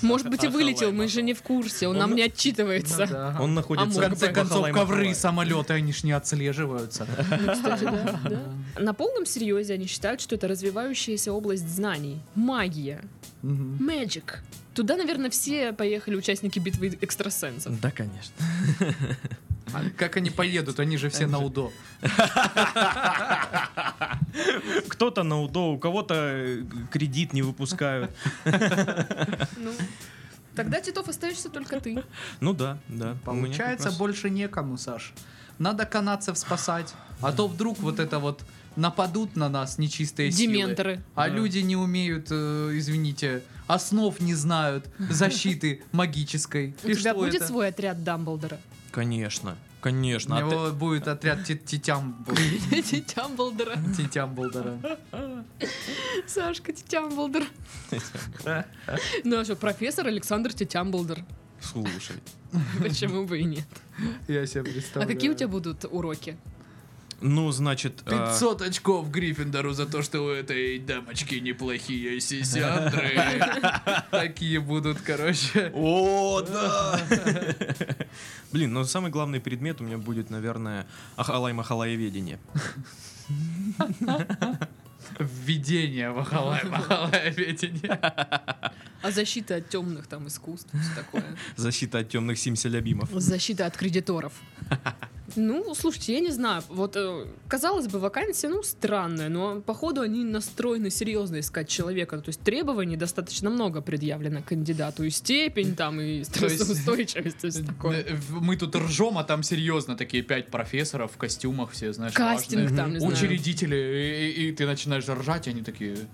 [SPEAKER 3] Может быть, и
[SPEAKER 1] Ахалай,
[SPEAKER 3] вылетел, мы же не в курсе, он
[SPEAKER 1] Он
[SPEAKER 3] нам
[SPEAKER 1] на-
[SPEAKER 3] не
[SPEAKER 2] Ну
[SPEAKER 3] отчитывается.
[SPEAKER 2] да.
[SPEAKER 1] Он
[SPEAKER 3] А
[SPEAKER 1] находится
[SPEAKER 2] В
[SPEAKER 3] мог
[SPEAKER 2] конце
[SPEAKER 3] бы.
[SPEAKER 2] концов, ковры,
[SPEAKER 1] Махалай-Махалай.
[SPEAKER 2] самолеты, они ж не отслеживаются.
[SPEAKER 3] Ну, кстати, да, да. На полном серьезе они считают, что это развивающаяся область знаний. Магия.
[SPEAKER 2] Мгм.
[SPEAKER 3] Magic. Туда, наверное, все поехали участники битвы экстрасенсов.
[SPEAKER 1] Да, конечно.
[SPEAKER 2] А Как они поедут? Они же все на УДО.
[SPEAKER 1] Кто-то на УДО, у кого-то э, кредит не выпускают.
[SPEAKER 5] Ну, Тогда, Титов, остаешься только ты.
[SPEAKER 1] Ну да, да. у меня как
[SPEAKER 2] Получается,
[SPEAKER 1] раз-
[SPEAKER 2] больше некому, Саш. Надо канадцев спасать. А то вдруг вот это вот нападут на нас нечистые силы.
[SPEAKER 3] Дементоры.
[SPEAKER 2] А
[SPEAKER 1] Да.
[SPEAKER 2] люди не умеют, э, извините, основ не знают, защиты магической.
[SPEAKER 3] У
[SPEAKER 2] И
[SPEAKER 3] тебя
[SPEAKER 2] что
[SPEAKER 3] будет
[SPEAKER 2] это?
[SPEAKER 3] свой отряд Дамблдора.
[SPEAKER 1] Конечно,
[SPEAKER 2] У
[SPEAKER 1] конечно. А
[SPEAKER 2] него будет отряд ти- титям...
[SPEAKER 3] Дамблдора.
[SPEAKER 2] Титямблдора.
[SPEAKER 5] Сашка, Титямблдор.
[SPEAKER 3] Ну а что, профессор Александр Тетямблдор.
[SPEAKER 1] ты- Слушай.
[SPEAKER 3] Почему бы и нет?
[SPEAKER 2] Я себе
[SPEAKER 3] А
[SPEAKER 2] представляю.
[SPEAKER 3] какие у тебя будут уроки?
[SPEAKER 1] Ну, значит... а,
[SPEAKER 2] 500 очков Гриффиндору за то, что у этой дамочки неплохие сисяндры. Такие будут, короче.
[SPEAKER 1] О, да! Блин, но самый главный предмет у меня будет, наверное, ахалай-махалаеведение.
[SPEAKER 2] Введение в Ахалай-Махалай ведение.
[SPEAKER 3] А защита от темных там искусств, все такое.
[SPEAKER 1] Защита от темных симселябимов.
[SPEAKER 3] Защита от кредиторов. Ну, слушайте, я не знаю. Вот, э, казалось бы, вакансия, ну, странная, но, походу, они настроены серьезно искать человека. Ну, То есть требований достаточно много предъявлено кандидату. И степень там, и
[SPEAKER 2] есть-
[SPEAKER 3] стрессоустойчивость, и все такое.
[SPEAKER 2] Э, Мы тут ржем, а там серьезно такие пять профессоров в костюмах все, знаешь,
[SPEAKER 3] Кастинг
[SPEAKER 2] важные.
[SPEAKER 3] там, не знаю.
[SPEAKER 2] Учредители, и, и- и ты начинаешь ржать, и они такие...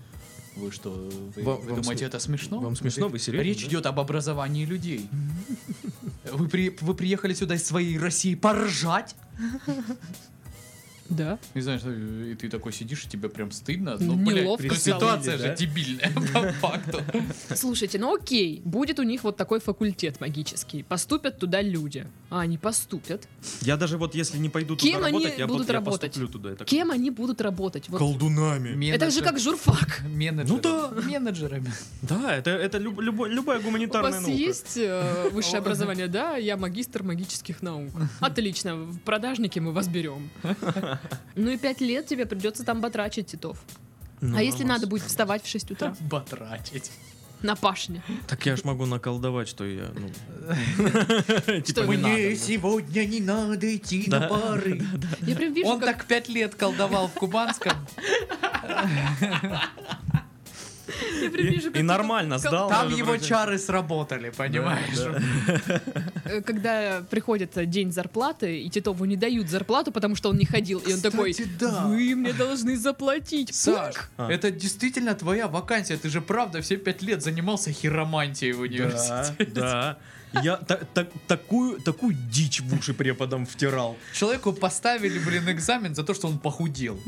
[SPEAKER 2] Вы что, вы,
[SPEAKER 1] Вам-
[SPEAKER 2] вы
[SPEAKER 1] вам
[SPEAKER 2] думаете,
[SPEAKER 1] сме-
[SPEAKER 2] это смешно?
[SPEAKER 1] вам смешно? Вы серьезно,
[SPEAKER 2] Речь
[SPEAKER 1] да?
[SPEAKER 2] идет об образовании людей. Вы, при, вы приехали сюда из своей России поржать?
[SPEAKER 3] Да.
[SPEAKER 2] И знаешь, и ты такой сидишь, и тебе прям стыдно. Ну,
[SPEAKER 3] Неловко
[SPEAKER 2] блядь, то есть
[SPEAKER 3] стало.
[SPEAKER 2] ситуация
[SPEAKER 1] Да?
[SPEAKER 2] же дебильная по факту.
[SPEAKER 3] Слушайте, ну окей, будет у них вот такой факультет магический. Поступят туда люди. А они поступят.
[SPEAKER 1] Я даже вот если не пойду
[SPEAKER 3] Кем
[SPEAKER 1] туда
[SPEAKER 3] они
[SPEAKER 1] работать, я,
[SPEAKER 3] будут
[SPEAKER 1] я
[SPEAKER 3] работать?
[SPEAKER 1] поступлю туда. я так-
[SPEAKER 3] Кем они будут работать? Вот.
[SPEAKER 1] Колдунами.
[SPEAKER 3] Это же как журфак.
[SPEAKER 2] Менеджерами.
[SPEAKER 1] Ну да.
[SPEAKER 2] Менеджерами.
[SPEAKER 1] Да, это, это люб- любой- любая
[SPEAKER 3] У
[SPEAKER 1] гуманитарная
[SPEAKER 3] вас
[SPEAKER 1] наука.
[SPEAKER 3] есть э, высшее образование? Да, я магистр магических наук. Отлично, в продажнике мы вас берем. Ну и пять лет тебе придется там батрачить, Титов.
[SPEAKER 1] Ну,
[SPEAKER 3] А если
[SPEAKER 1] нормас.
[SPEAKER 3] надо будет вставать в 6 утра?
[SPEAKER 2] Батрачить.
[SPEAKER 3] На пашне.
[SPEAKER 1] Так я ж могу наколдовать, что я... ну,
[SPEAKER 3] Что
[SPEAKER 2] Мне
[SPEAKER 3] не
[SPEAKER 2] Типа,
[SPEAKER 3] надо?
[SPEAKER 2] сегодня не надо идти на пары.
[SPEAKER 3] Я прям вижу,
[SPEAKER 2] Он
[SPEAKER 3] как
[SPEAKER 2] так пять лет колдовал в Кубанском.
[SPEAKER 3] я прям вижу, как
[SPEAKER 1] И
[SPEAKER 3] Титов-
[SPEAKER 1] нормально
[SPEAKER 3] как-
[SPEAKER 1] сдал.
[SPEAKER 2] Там
[SPEAKER 1] даже
[SPEAKER 2] его
[SPEAKER 1] вроде.
[SPEAKER 2] чары сработали, понимаешь?
[SPEAKER 3] э, Когда приходит э, день зарплаты, и Титову не дают зарплату, потому что он не ходил. И он такой,
[SPEAKER 2] Кстати, да.
[SPEAKER 3] вы мне должны заплатить.
[SPEAKER 2] Саш,
[SPEAKER 1] А.
[SPEAKER 2] это действительно твоя вакансия. Ты же правда все пять лет занимался хиромантией в
[SPEAKER 1] Да,
[SPEAKER 2] университете.
[SPEAKER 1] да. Я та- та- такую, такую дичь в уши преподам втирал.
[SPEAKER 2] Человеку поставили, блин, экзамен за то, что он похудел.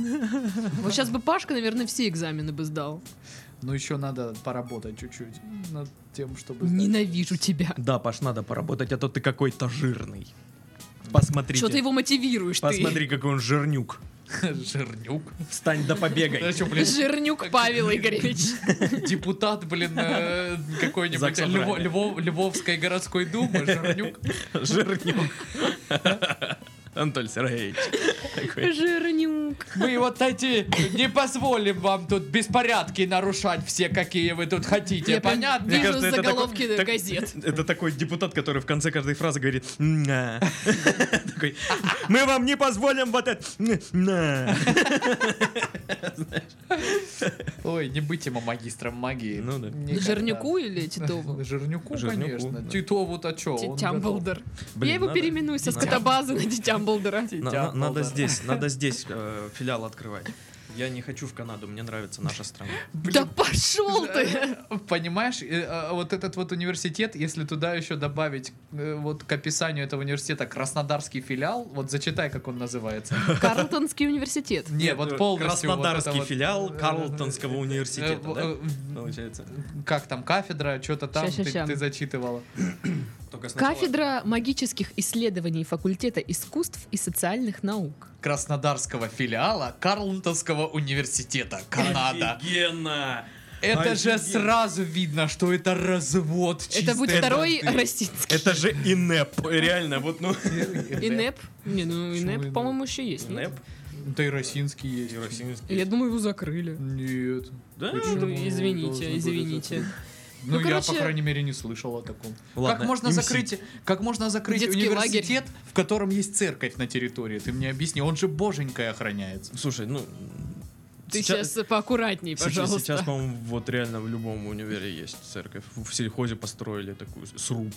[SPEAKER 3] Вот сейчас бы Пашка, наверное, все экзамены бы сдал.
[SPEAKER 2] Но еще надо поработать чуть-чуть над тем, чтобы... сдать.
[SPEAKER 3] Ненавижу тебя.
[SPEAKER 1] Да, Паш, надо поработать, а то ты какой-то жирный. Посмотрите.
[SPEAKER 3] Что ты его мотивируешь, ты?
[SPEAKER 1] Посмотри, какой он жирнюк.
[SPEAKER 2] Жирнюк.
[SPEAKER 1] Встань да
[SPEAKER 2] Да
[SPEAKER 1] побегай.
[SPEAKER 2] что, блин,
[SPEAKER 3] Жирнюк Павел Игоревич.
[SPEAKER 2] депутат, блин, э, какой-нибудь
[SPEAKER 1] ЗАГС
[SPEAKER 2] Льво-
[SPEAKER 1] собрания.
[SPEAKER 2] Львов- Львовской городской думы, Жирнюк.
[SPEAKER 1] Жирнюк. Анатолий Сергеевич. Такой.
[SPEAKER 3] Жирнюк.
[SPEAKER 2] Мы вот эти не позволим вам тут беспорядки нарушать все, какие вы тут хотите,
[SPEAKER 3] Я прям
[SPEAKER 2] понятно?
[SPEAKER 3] Вижу
[SPEAKER 1] Мне кажется, это
[SPEAKER 3] заголовки
[SPEAKER 1] такой- так-
[SPEAKER 3] газет.
[SPEAKER 1] Это такой депутат, который в конце каждой фразы говорит «На». Такой, Мы вам не позволим вот это «На».
[SPEAKER 2] Ой, не быть ему магистром магии.
[SPEAKER 1] Ну да.
[SPEAKER 2] Никогда.
[SPEAKER 3] Жирнюку или Титову?
[SPEAKER 2] Жирнюку,
[SPEAKER 1] Жирнюку,
[SPEAKER 2] конечно.
[SPEAKER 1] да.
[SPEAKER 2] Титову-то чё? он готов.
[SPEAKER 3] Титямблдер. Я его
[SPEAKER 1] надо-
[SPEAKER 3] переименую со
[SPEAKER 1] надо-
[SPEAKER 3] скотобазы на Титямблдера.
[SPEAKER 1] На-
[SPEAKER 2] Титя
[SPEAKER 1] на- Надо
[SPEAKER 2] Полдора.
[SPEAKER 1] здесь, надо здесь э, филиал открывать. Я не хочу в Канаду, мне нравится наша страна.
[SPEAKER 3] Да пошел ты!
[SPEAKER 2] Понимаешь, э, а, вот этот вот университет, если туда еще добавить э, вот к описанию этого университета Краснодарский филиал, вот зачитай, как он называется.
[SPEAKER 3] Краснодарский университет.
[SPEAKER 2] Не, вот полностью вот это
[SPEAKER 1] ну, Краснодарский
[SPEAKER 2] вот,
[SPEAKER 1] филиал
[SPEAKER 2] э,
[SPEAKER 1] Карлтонского
[SPEAKER 2] э,
[SPEAKER 1] университета, да?
[SPEAKER 2] э, э,
[SPEAKER 1] Получается.
[SPEAKER 2] Как там, кафедра, что-то там
[SPEAKER 3] Ща, ща,
[SPEAKER 2] ты,
[SPEAKER 3] ща.
[SPEAKER 2] ты зачитывала.
[SPEAKER 1] Только сначала-
[SPEAKER 3] Кафедра магических исследований факультета искусств и социальных наук.
[SPEAKER 2] Краснодарского филиала Карлтонского университета Канада.
[SPEAKER 1] Офигенно!
[SPEAKER 2] Это же
[SPEAKER 1] Офигеть.
[SPEAKER 2] сразу видно, что это развод чистой
[SPEAKER 3] Это будет второй
[SPEAKER 2] воды.
[SPEAKER 3] российский.
[SPEAKER 1] Это же ИНЭП, реально, вот ну...
[SPEAKER 3] Инеп? Не, ну
[SPEAKER 2] Почему
[SPEAKER 3] Инеп,
[SPEAKER 2] инеп?
[SPEAKER 3] по-моему, еще есть. нет?
[SPEAKER 2] Да и Росинский есть.
[SPEAKER 3] Я думаю, его закрыли.
[SPEAKER 2] Нет.
[SPEAKER 1] Да?
[SPEAKER 2] Почему
[SPEAKER 3] Ну,
[SPEAKER 2] он должен
[SPEAKER 3] извините,
[SPEAKER 2] был
[SPEAKER 3] извините.
[SPEAKER 2] закрыть? Ну,
[SPEAKER 3] Ну,
[SPEAKER 2] я,
[SPEAKER 3] короче-
[SPEAKER 2] по крайней мере, не слышал о таком.
[SPEAKER 1] Ладно,
[SPEAKER 2] как можно
[SPEAKER 1] МС.
[SPEAKER 2] закрыть, как можно закрыть
[SPEAKER 3] Детский
[SPEAKER 2] университет, в котором есть церковь на территории? Ты мне объясни, он же боженькой охраняется.
[SPEAKER 1] Слушай, ну...
[SPEAKER 3] Ты
[SPEAKER 1] сейчас-
[SPEAKER 3] сейчас, поаккуратней,
[SPEAKER 1] Сейчас,
[SPEAKER 3] пожалуйста.
[SPEAKER 1] сейчас, по-моему, вот реально в любом универе есть церковь. В сельхозе построили такую с- сруб.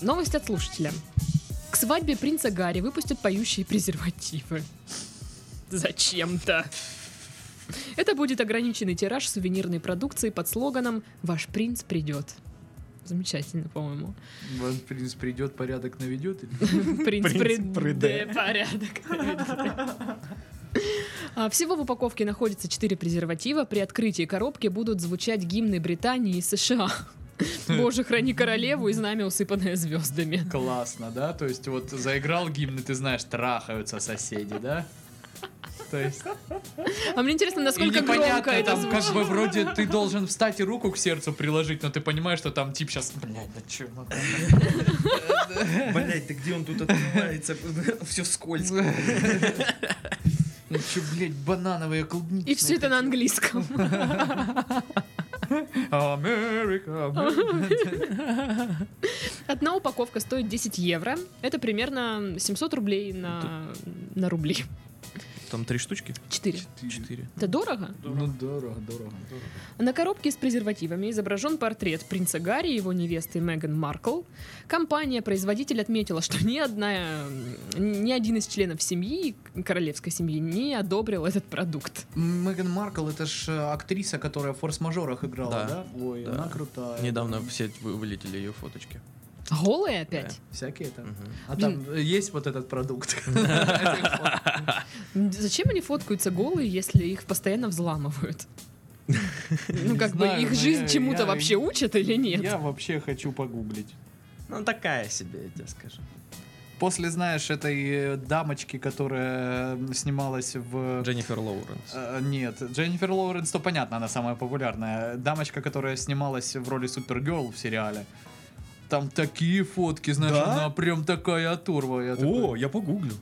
[SPEAKER 3] Новость от слушателя. К свадьбе принца Гарри выпустят поющие презервативы. Зачем-то. Это будет ограниченный тираж сувенирной продукции под слоганом «Ваш принц придет». Замечательно, по-моему.
[SPEAKER 2] Он, в принципе, придет, порядок наведет.
[SPEAKER 3] Принц
[SPEAKER 1] Принц
[SPEAKER 3] приде. Порядок. А, Всего в упаковке находится 4 презерватива. При открытии коробки будут звучать гимны Британии и США. Боже, храни королеву и знамя, усыпанное звездами.
[SPEAKER 2] Классно, да? То есть вот заиграл гимн, и ты знаешь, трахаются соседи, да? То есть...
[SPEAKER 3] А мне интересно, насколько
[SPEAKER 2] и непонятно,
[SPEAKER 3] громко это
[SPEAKER 2] там
[SPEAKER 3] звучит.
[SPEAKER 2] как бы вроде ты должен встать и руку к сердцу приложить, но ты понимаешь, что там тип сейчас... Блядь, да чё, ну там?»
[SPEAKER 4] Блять, да где он тут открывается? Все скользко.
[SPEAKER 2] Ну чё, блядь, банановые клубники.
[SPEAKER 3] И все это на английском.
[SPEAKER 2] Америка,
[SPEAKER 3] Одна упаковка стоит 10 евро. Это примерно 700 рублей на, на рубли.
[SPEAKER 1] Там три штучки?
[SPEAKER 3] 4.
[SPEAKER 1] Четыре.
[SPEAKER 3] Это дорого?
[SPEAKER 2] Ну дорого, дорого, дорого.
[SPEAKER 3] На коробке с презервативами изображен портрет принца Гарри и его невесты Меган Маркл. Компания-производитель отметила, что ни одна, м, ни один из членов семьи, королевской семьи, не одобрил этот продукт.
[SPEAKER 2] Меган Маркл, это ж э, актриса, которая в форс-мажорах играла,
[SPEAKER 1] Да,
[SPEAKER 2] да? Ой,
[SPEAKER 1] да.
[SPEAKER 2] она крутая.
[SPEAKER 1] Недавно в сеть вы- вылетели ее фоточки.
[SPEAKER 3] Голые опять?
[SPEAKER 2] Всякие там.
[SPEAKER 1] Мгм.
[SPEAKER 2] А
[SPEAKER 3] Блин.
[SPEAKER 2] там э, есть вот этот продукт.
[SPEAKER 3] М, Зачем они фоткаются голые, если их постоянно взламывают? Ну,
[SPEAKER 2] Не
[SPEAKER 3] как бы
[SPEAKER 2] знаю,
[SPEAKER 3] их
[SPEAKER 2] но
[SPEAKER 3] жизнь
[SPEAKER 2] я-
[SPEAKER 3] чему-то
[SPEAKER 2] я-
[SPEAKER 3] вообще учат или нет?
[SPEAKER 2] Я вообще хочу погуглить.
[SPEAKER 4] Ну такая себе, я тебе скажу.
[SPEAKER 2] После, знаешь, этой э, дамочки, которая э, снималась в...
[SPEAKER 1] Дженнифер Лоуренс.
[SPEAKER 2] Э, Нет, Дженнифер Лоуренс, то понятно, она самая популярная. Дамочка, которая снималась в роли Супергерл в сериале. Там такие фотки, знаешь,
[SPEAKER 1] Да?
[SPEAKER 2] она прям такая оторва. Я такой,
[SPEAKER 1] О, я погуглю.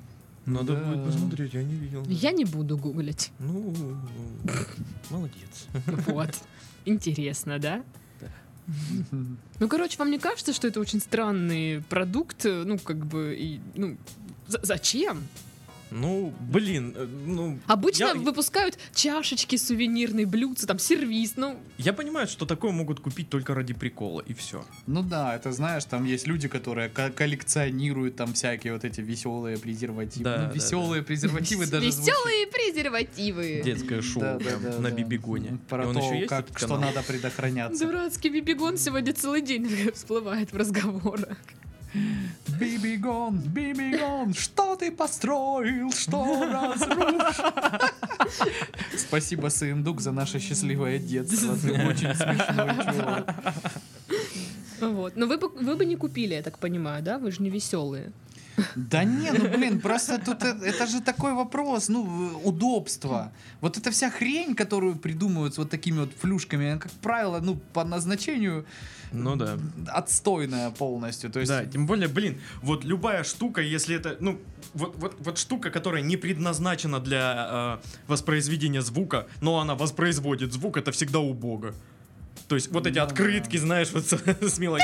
[SPEAKER 1] Надо
[SPEAKER 2] Да.
[SPEAKER 1] будет посмотреть, я не видел.
[SPEAKER 3] Я не буду гуглить.
[SPEAKER 1] Ну, молодец.
[SPEAKER 3] Вот. Интересно, да? Ну, короче, вам не кажется, что это очень странный продукт? э, Ну, как бы, и, ну, за- зачем?
[SPEAKER 1] Ну, блин, э, ну...
[SPEAKER 3] Обычно
[SPEAKER 1] я-
[SPEAKER 3] выпускают чашечки, сувенирные блюдца, там, сервис, ну...
[SPEAKER 1] Я понимаю, что такое могут купить только ради прикола, и все.
[SPEAKER 2] Ну да, это знаешь, там есть люди, которые ко- коллекционируют там всякие вот эти веселые презервативы.
[SPEAKER 1] Да,
[SPEAKER 2] Ну,
[SPEAKER 1] да,
[SPEAKER 2] веселые презервативы даже звучат.
[SPEAKER 3] Веселые презервативы!
[SPEAKER 1] Детское шоу
[SPEAKER 2] Да, да,
[SPEAKER 1] прям
[SPEAKER 2] да,
[SPEAKER 1] на
[SPEAKER 2] да.
[SPEAKER 1] бибигоне.
[SPEAKER 2] Про
[SPEAKER 1] И он
[SPEAKER 2] то,
[SPEAKER 1] еще есть,
[SPEAKER 2] как,
[SPEAKER 1] этот
[SPEAKER 2] что
[SPEAKER 1] канал?
[SPEAKER 2] надо предохраняться.
[SPEAKER 3] Дурацкий бибигон сегодня целый день всплывает в разговорах.
[SPEAKER 2] Бибигон, Бибигон, что ты построил, что разрушил? Спасибо, Сындук, за наше счастливое детство. Ты очень смешной чувак.
[SPEAKER 3] Вот. Но вы бы, вы бы не купили, я так понимаю, да? Вы же не веселые.
[SPEAKER 2] Да не, ну блин, просто тут э- это же такой вопрос, ну, в- удобство. Вот эта вся хрень, которую придумывают с вот такими вот флюшками, она, как правило, ну, по назначению
[SPEAKER 1] Ну да.
[SPEAKER 2] отстойная полностью. То есть,
[SPEAKER 1] Да, тем более, блин, вот любая штука, если это, ну, вот, вот, вот штука, которая не предназначена для э, воспроизведения звука, но она воспроизводит звук, это всегда убого. То есть вот эти
[SPEAKER 2] Да,
[SPEAKER 1] открытки, знаешь, вот с, с милой...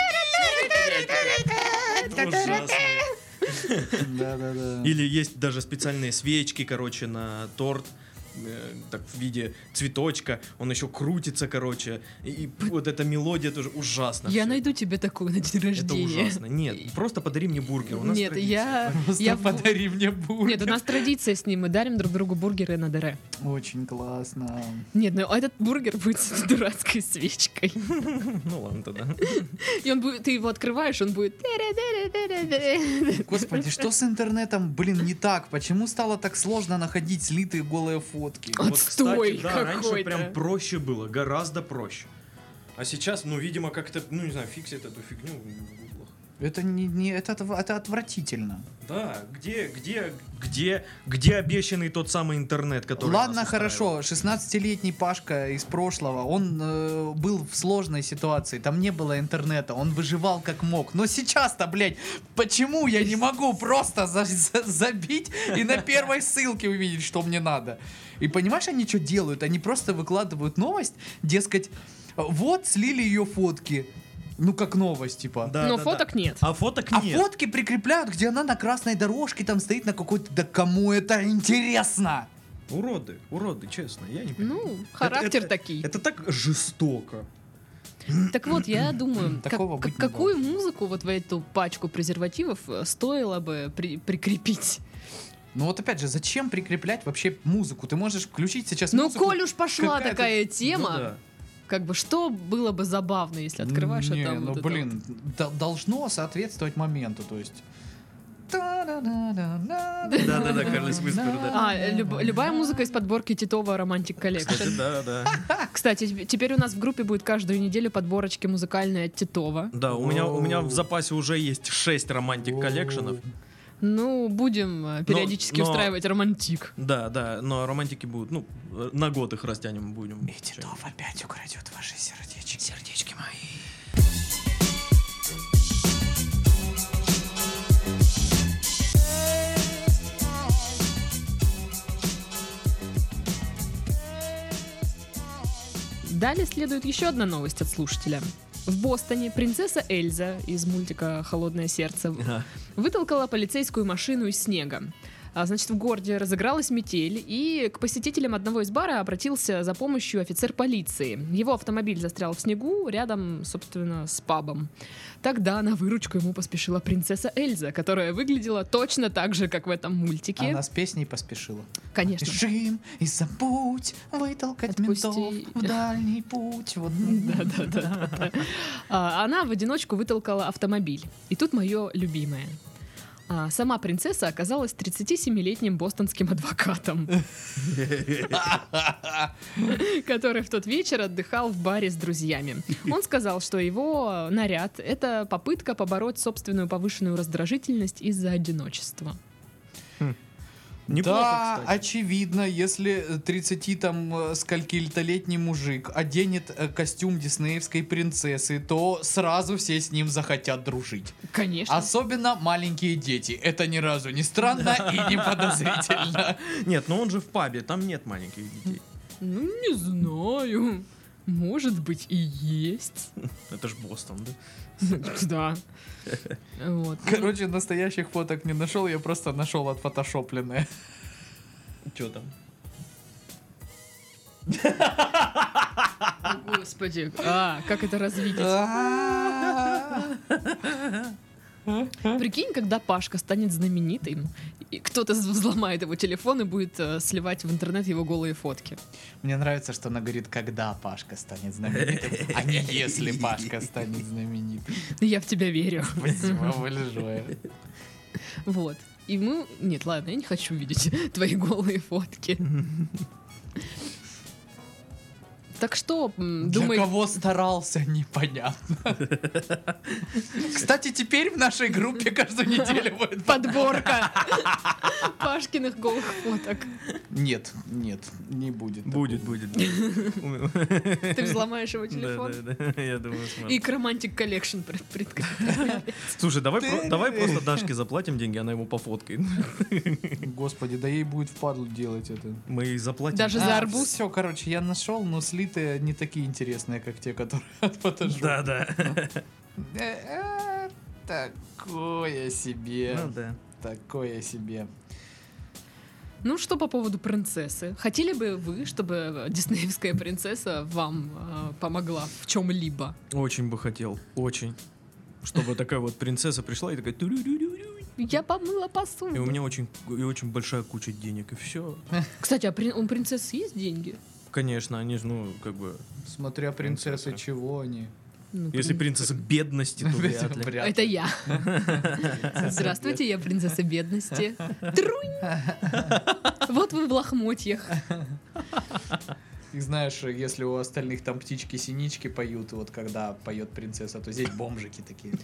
[SPEAKER 1] Ужасно.
[SPEAKER 2] да-да-да.
[SPEAKER 1] Или есть даже специальные свечки, короче, на торт э, так в виде цветочка, он еще крутится, короче, и, и вот эта мелодия тоже ужасно.
[SPEAKER 3] я
[SPEAKER 1] всё.
[SPEAKER 3] найду тебе такую на день
[SPEAKER 1] Это
[SPEAKER 3] рождения.
[SPEAKER 1] ужасно. Нет, просто подари мне бургер. У нас
[SPEAKER 3] Нет,
[SPEAKER 1] традиция.
[SPEAKER 3] я...
[SPEAKER 2] Просто
[SPEAKER 3] я в-
[SPEAKER 2] подари мне бургер.
[SPEAKER 3] Нет, у нас традиция с ним, мы дарим друг другу бургеры на ДР.
[SPEAKER 2] Очень классно.
[SPEAKER 3] Нет, ну а этот бургер будет с дурацкой свечкой.
[SPEAKER 1] Ну ладно тогда.
[SPEAKER 3] И он будет, ты его открываешь, он будет...
[SPEAKER 2] Господи, что с интернетом, блин, не так? Почему стало так сложно находить слитые голые фотки?
[SPEAKER 3] Отстой
[SPEAKER 1] Вот, кстати, да, раньше
[SPEAKER 3] какой-то.
[SPEAKER 1] прям проще было, гораздо проще. А сейчас, ну, видимо, как-то, ну, не знаю, фиксит эту фигню в гуглах.
[SPEAKER 2] Это не, не это, отв- это отвратительно.
[SPEAKER 1] Да, где, где, где, где обещанный тот самый интернет, который.
[SPEAKER 2] Ладно,
[SPEAKER 1] нас устраивает?
[SPEAKER 2] хорошо. 16-летний Пашка из прошлого, он э, был в сложной ситуации, там не было интернета, он выживал как мог. Но сейчас-то, блядь, почему я не могу просто за- за- забить и на первой ссылке увидеть, что мне надо? И понимаешь, они что делают? Они просто выкладывают новость, дескать, вот слили ее фотки. Ну, как новость, типа.
[SPEAKER 1] Да,
[SPEAKER 3] Но
[SPEAKER 1] да,
[SPEAKER 3] фоток
[SPEAKER 1] да.
[SPEAKER 3] нет.
[SPEAKER 1] А фоток
[SPEAKER 2] А
[SPEAKER 1] нет.
[SPEAKER 2] фотки прикрепляют, где она на красной дорожке там стоит на какой-то... Да кому это интересно?
[SPEAKER 1] Уроды, уроды, честно, я не понимаю.
[SPEAKER 3] Ну, характер
[SPEAKER 1] это-
[SPEAKER 3] такие.
[SPEAKER 1] Это так жестоко.
[SPEAKER 3] Так вот, я думаю, как-
[SPEAKER 2] Такого
[SPEAKER 3] как-
[SPEAKER 2] быть не
[SPEAKER 3] какую музыку вот в эту пачку презервативов э, стоило бы при- прикрепить?
[SPEAKER 2] Ну вот опять же, зачем прикреплять вообще музыку? Ты можешь включить сейчас
[SPEAKER 3] Ну,
[SPEAKER 2] музыку.
[SPEAKER 3] коль уж пошла
[SPEAKER 2] какая-то-
[SPEAKER 3] такая
[SPEAKER 1] Ну
[SPEAKER 3] тема,
[SPEAKER 1] да.
[SPEAKER 3] как бы что было бы забавно, если открываешь,
[SPEAKER 2] Не,
[SPEAKER 3] а там
[SPEAKER 2] ну
[SPEAKER 3] вот это
[SPEAKER 2] блин, до- должно соответствовать моменту, то есть. Да-да-да,
[SPEAKER 4] Да-да-да, Карлос Виспер, да.
[SPEAKER 3] вот. А, люб- любая музыка из подборки Титова Романтик Коллекшн.
[SPEAKER 1] Кстати, да, да.
[SPEAKER 3] Кстати, теп- теперь у нас в группе будет каждую неделю подборочки музыкальные от Титова.
[SPEAKER 1] Да, у меня, у меня в
[SPEAKER 2] Воу.
[SPEAKER 1] запасе уже есть 6 романтик коллекшенов.
[SPEAKER 3] Ну, будем э, периодически
[SPEAKER 1] но-
[SPEAKER 3] устраивать романтик.
[SPEAKER 1] Да, да, но романтики будут, ну, э, на год их растянем будем.
[SPEAKER 2] Титов опять украдет ваши сердечки. Сердечки мои.
[SPEAKER 3] Далее следует еще одна новость от слушателя. В Бостоне принцесса Эльза из мультика «Холодное сердце»
[SPEAKER 1] Ага.
[SPEAKER 3] вытолкала полицейскую машину из снега. А, Значит, в городе разыгралась метель, и к посетителям одного из бара обратился за помощью офицер полиции. Его автомобиль застрял в снегу рядом, собственно, с пабом. Тогда на выручку ему поспешила принцесса Эльза, которая выглядела точно так же, как в этом мультике.
[SPEAKER 2] Она с песней поспешила.
[SPEAKER 3] Конечно.
[SPEAKER 2] Бежим и забудь вытолкать
[SPEAKER 3] Отпусти. М-м-м.
[SPEAKER 2] ментов в дальний путь. Вот. ну,
[SPEAKER 3] Да-да-да. А, Она в одиночку вытолкала автомобиль. И тут мое любимое. А, Сама принцесса оказалась 37-летним бостонским адвокатом, который в тот вечер отдыхал в баре с друзьями. Он сказал, что его наряд — это попытка побороть собственную повышенную раздражительность из-за одиночества.
[SPEAKER 1] Неплохо,
[SPEAKER 3] а
[SPEAKER 2] да,
[SPEAKER 1] кстати.
[SPEAKER 2] очевидно, если э, 30 там э, скольки-то летний мужик оденет э, костюм диснеевской принцессы, то сразу все с ним захотят дружить. А
[SPEAKER 3] Конечно.
[SPEAKER 2] Особенно маленькие дети. Это ни разу не странно и не подозрительно.
[SPEAKER 1] Нет, но он же в пабе, там нет маленьких детей.
[SPEAKER 3] Ну, не знаю. Может быть, и есть.
[SPEAKER 1] Это ж Бостон, да?
[SPEAKER 3] Да. Вот.
[SPEAKER 2] Короче, настоящих фоток не нашел, я просто нашел отфотошопленное.
[SPEAKER 1] Че там?
[SPEAKER 3] О, Господи, а, как это развидеть? Прикинь, когда Пашка станет знаменитым, и кто-то з- взломает его телефон и будет э, сливать в интернет его голые фотки.
[SPEAKER 2] Мне нравится, что она говорит, когда Пашка станет знаменитым, а не если Пашка станет знаменитым.
[SPEAKER 3] Ну, Я в тебя верю.
[SPEAKER 2] Спасибо большое.
[SPEAKER 3] Вот. И мы... Нет, ладно, я не хочу видеть твои голые фотки. Так что, м,
[SPEAKER 2] Для
[SPEAKER 3] думай...
[SPEAKER 2] кого старался, непонятно. Кстати, теперь в нашей группе каждую неделю будет...
[SPEAKER 3] Подборка Пашкиных голых фоток.
[SPEAKER 2] Нет, нет, не будет.
[SPEAKER 1] Будет, будет. будет.
[SPEAKER 3] Ты взломаешь его телефон.
[SPEAKER 1] Да, да, да, я думаю,
[SPEAKER 3] И
[SPEAKER 1] сможем.
[SPEAKER 3] к Romantic Collection пред- предка-
[SPEAKER 1] Слушай, давай про- давай просто Дашке заплатим деньги, она его пофоткает.
[SPEAKER 2] Господи, да ей будет впадлу делать это.
[SPEAKER 1] Мы ей заплатим.
[SPEAKER 3] Даже за арбуз.
[SPEAKER 2] Все, короче, я нашел, но слитые не такие интересные, как те, которые от Photoshop.
[SPEAKER 1] Да, да.
[SPEAKER 2] Э, э, Такое себе.
[SPEAKER 1] Ну да.
[SPEAKER 2] Такое себе.
[SPEAKER 3] Ну что по поводу принцессы? Хотели бы вы, чтобы э, диснеевская принцесса вам э, помогла в чем-либо?
[SPEAKER 1] Очень бы хотел, очень. Чтобы такая вот принцесса пришла и такая... «Тю-рю-рю-рю-рю».
[SPEAKER 3] Я помыла посуду.
[SPEAKER 1] И у меня очень, и очень большая куча денег, и все.
[SPEAKER 3] Кстати, а прин- у принцессы есть деньги?
[SPEAKER 1] Конечно, они же, ну, как бы...
[SPEAKER 2] Смотря принцессы,
[SPEAKER 1] Принцессы.
[SPEAKER 2] чего они.
[SPEAKER 3] Ну,
[SPEAKER 1] Если
[SPEAKER 3] прин-
[SPEAKER 1] принцесса бедности, то вряд ли.
[SPEAKER 2] Вряд
[SPEAKER 3] Это я. Здравствуйте, я принцесса бедности. Трунь! Вот вы в лохмотьях.
[SPEAKER 2] И знаешь, если у остальных там птички-синички поют, вот когда поет принцесса, то здесь бомжики такие.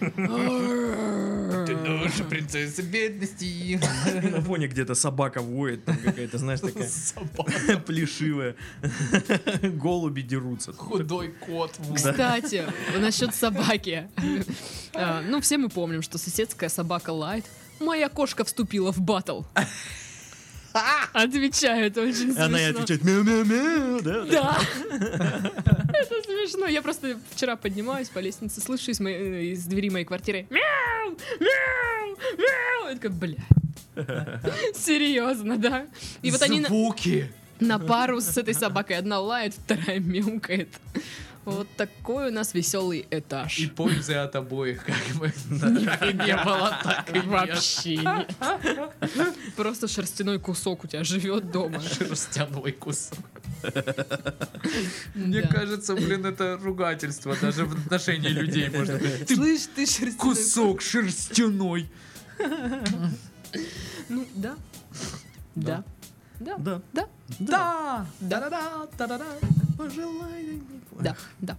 [SPEAKER 2] Ты наша принцесса бедности.
[SPEAKER 1] На фоне где-то собака воет, там какая-то, знаешь, такая
[SPEAKER 2] Собака.
[SPEAKER 1] плешивая. Голуби дерутся.
[SPEAKER 2] Худой кот.
[SPEAKER 3] Кстати, насчет собаки. Э, Ну, все мы помним, что соседская собака лает. Моя кошка вступила в батл. Отвечает очень смешно.
[SPEAKER 1] Она и отвечает мяу-мяу-мяу, да?
[SPEAKER 3] Да. Это смешно. Я просто вчера поднимаюсь по лестнице, слышу из, моей- э, из двери моей квартиры мяу, мяу, мяу. Я такая, бля. Серьезно, да? И вот они на-
[SPEAKER 2] Звуки.
[SPEAKER 3] на пару с этой собакой одна лает, вторая мяукает. Вот такой у нас веселый
[SPEAKER 2] И
[SPEAKER 3] этаж.
[SPEAKER 2] пользы от обоих, как бы. Так и не было, так и нет.
[SPEAKER 3] Вообще нет. Просто шерстяной кусок у тебя живет дома.
[SPEAKER 2] Шерстяной кусок.
[SPEAKER 3] Да.
[SPEAKER 2] кажется, блин, это ругательство даже в отношении людей можно.
[SPEAKER 3] Слышь, ты шерстяной
[SPEAKER 2] Кусок шерстяной.
[SPEAKER 3] Ну, да. Да. Да.
[SPEAKER 1] Да.
[SPEAKER 2] Да.
[SPEAKER 3] Да.
[SPEAKER 2] Да-да-да, да-да-да.
[SPEAKER 1] Пожелай.
[SPEAKER 3] Да. Да.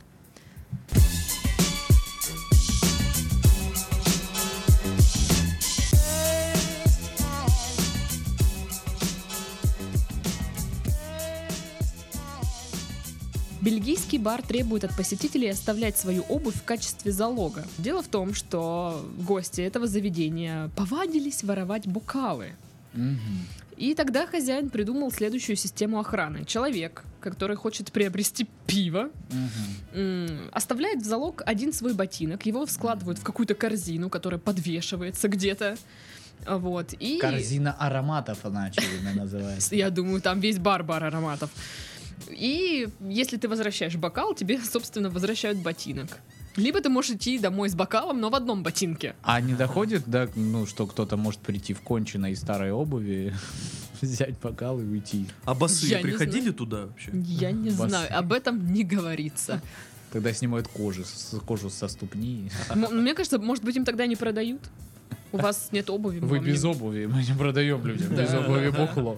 [SPEAKER 3] Бельгийский бар требует от посетителей оставлять свою обувь в качестве залога. Дело в том, что гости этого заведения повадились воровать бокалы. И тогда хозяин придумал следующую систему охраны. Человек, который хочет приобрести пиво, м, оставляет в залог один свой ботинок, его складывают в какую-то корзину, которая подвешивается где-то. А, Вот. И...
[SPEAKER 2] Корзина ароматов она, очевидно,
[SPEAKER 3] С-
[SPEAKER 2] называется.
[SPEAKER 3] Я думаю, там весь бар-бар ароматов. И если ты возвращаешь бокал, тебе, собственно, возвращают ботинок. Либо ты можешь идти домой с бокалом, но в одном ботинке.
[SPEAKER 2] А не доходит, да, ну, что кто-то может прийти в конченой старой обуви, взять бокал и уйти.
[SPEAKER 1] А
[SPEAKER 3] Я
[SPEAKER 1] басы
[SPEAKER 3] не
[SPEAKER 1] приходили туда вообще?
[SPEAKER 3] Я не
[SPEAKER 2] Басы.
[SPEAKER 3] знаю, об этом не говорится.
[SPEAKER 2] Тогда снимают кожу, с- кожу со ступни.
[SPEAKER 3] М- Мне кажется, может быть, им тогда не продают. У вас нет обуви.
[SPEAKER 2] Вы
[SPEAKER 3] мам, не-
[SPEAKER 2] без обуви, мы не продаем людям без
[SPEAKER 3] Да.
[SPEAKER 2] обуви бухло.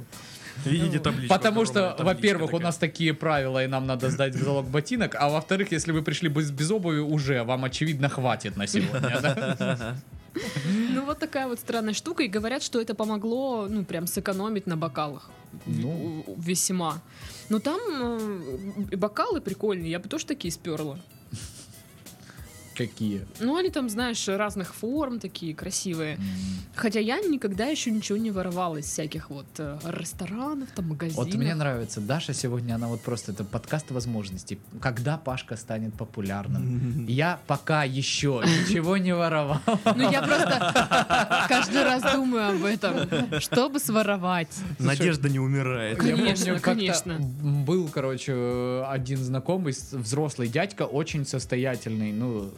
[SPEAKER 1] Видите табличку?
[SPEAKER 2] Потому что,
[SPEAKER 1] огромная табличка
[SPEAKER 2] во-первых, у
[SPEAKER 1] такая.
[SPEAKER 2] нас такие правила, и нам надо сдать в залог ботинок, а во-вторых, если вы пришли без, без обуви, уже вам, очевидно, хватит на сегодня. да?
[SPEAKER 3] Ну, вот такая вот странная штука. И говорят, что это помогло, ну, прям сэкономить на бокалах. В-
[SPEAKER 2] Ну.
[SPEAKER 3] у- Весьма. Но там э, и бокалы прикольные, я бы тоже такие сперла.
[SPEAKER 2] Какие?
[SPEAKER 3] Ну, они там, знаешь, разных форм такие красивые. Хотя я никогда еще ничего не воровала из всяких вот э, ресторанов, там, магазинов.
[SPEAKER 2] Вот мне нравится, Даша сегодня, она вот просто, это подкаст возможностей. Когда Пашка станет популярным? Я пока еще ничего не воровал.
[SPEAKER 3] Ну, я просто каждый раз думаю об этом. Чтобы своровать.
[SPEAKER 1] Надежда не умирает.
[SPEAKER 3] Конечно,
[SPEAKER 2] как-то
[SPEAKER 3] конечно.
[SPEAKER 2] был, короче, один знакомый, с- взрослый дядька, очень состоятельный. Ну,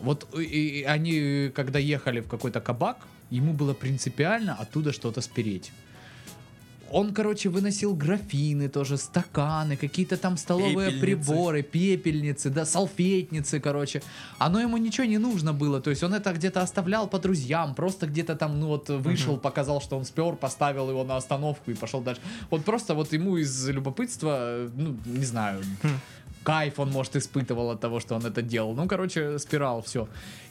[SPEAKER 2] вот и- и они, когда ехали в какой-то кабак, ему было принципиально оттуда что-то спереть. Он, короче, выносил графины тоже, стаканы, какие-то там столовые
[SPEAKER 1] Пепельницы.
[SPEAKER 2] приборы, пепельницы, да, салфетницы, короче. Оно ему ничего не нужно было, то есть он это где-то оставлял по друзьям, просто где-то там, ну вот, вышел, показал, что он спер, поставил его на остановку и пошел дальше. Вот просто вот ему из любопытства, э, ну, не знаю, кайф он, может, испытывал от того, что он это делал. Ну, короче, спирал, все.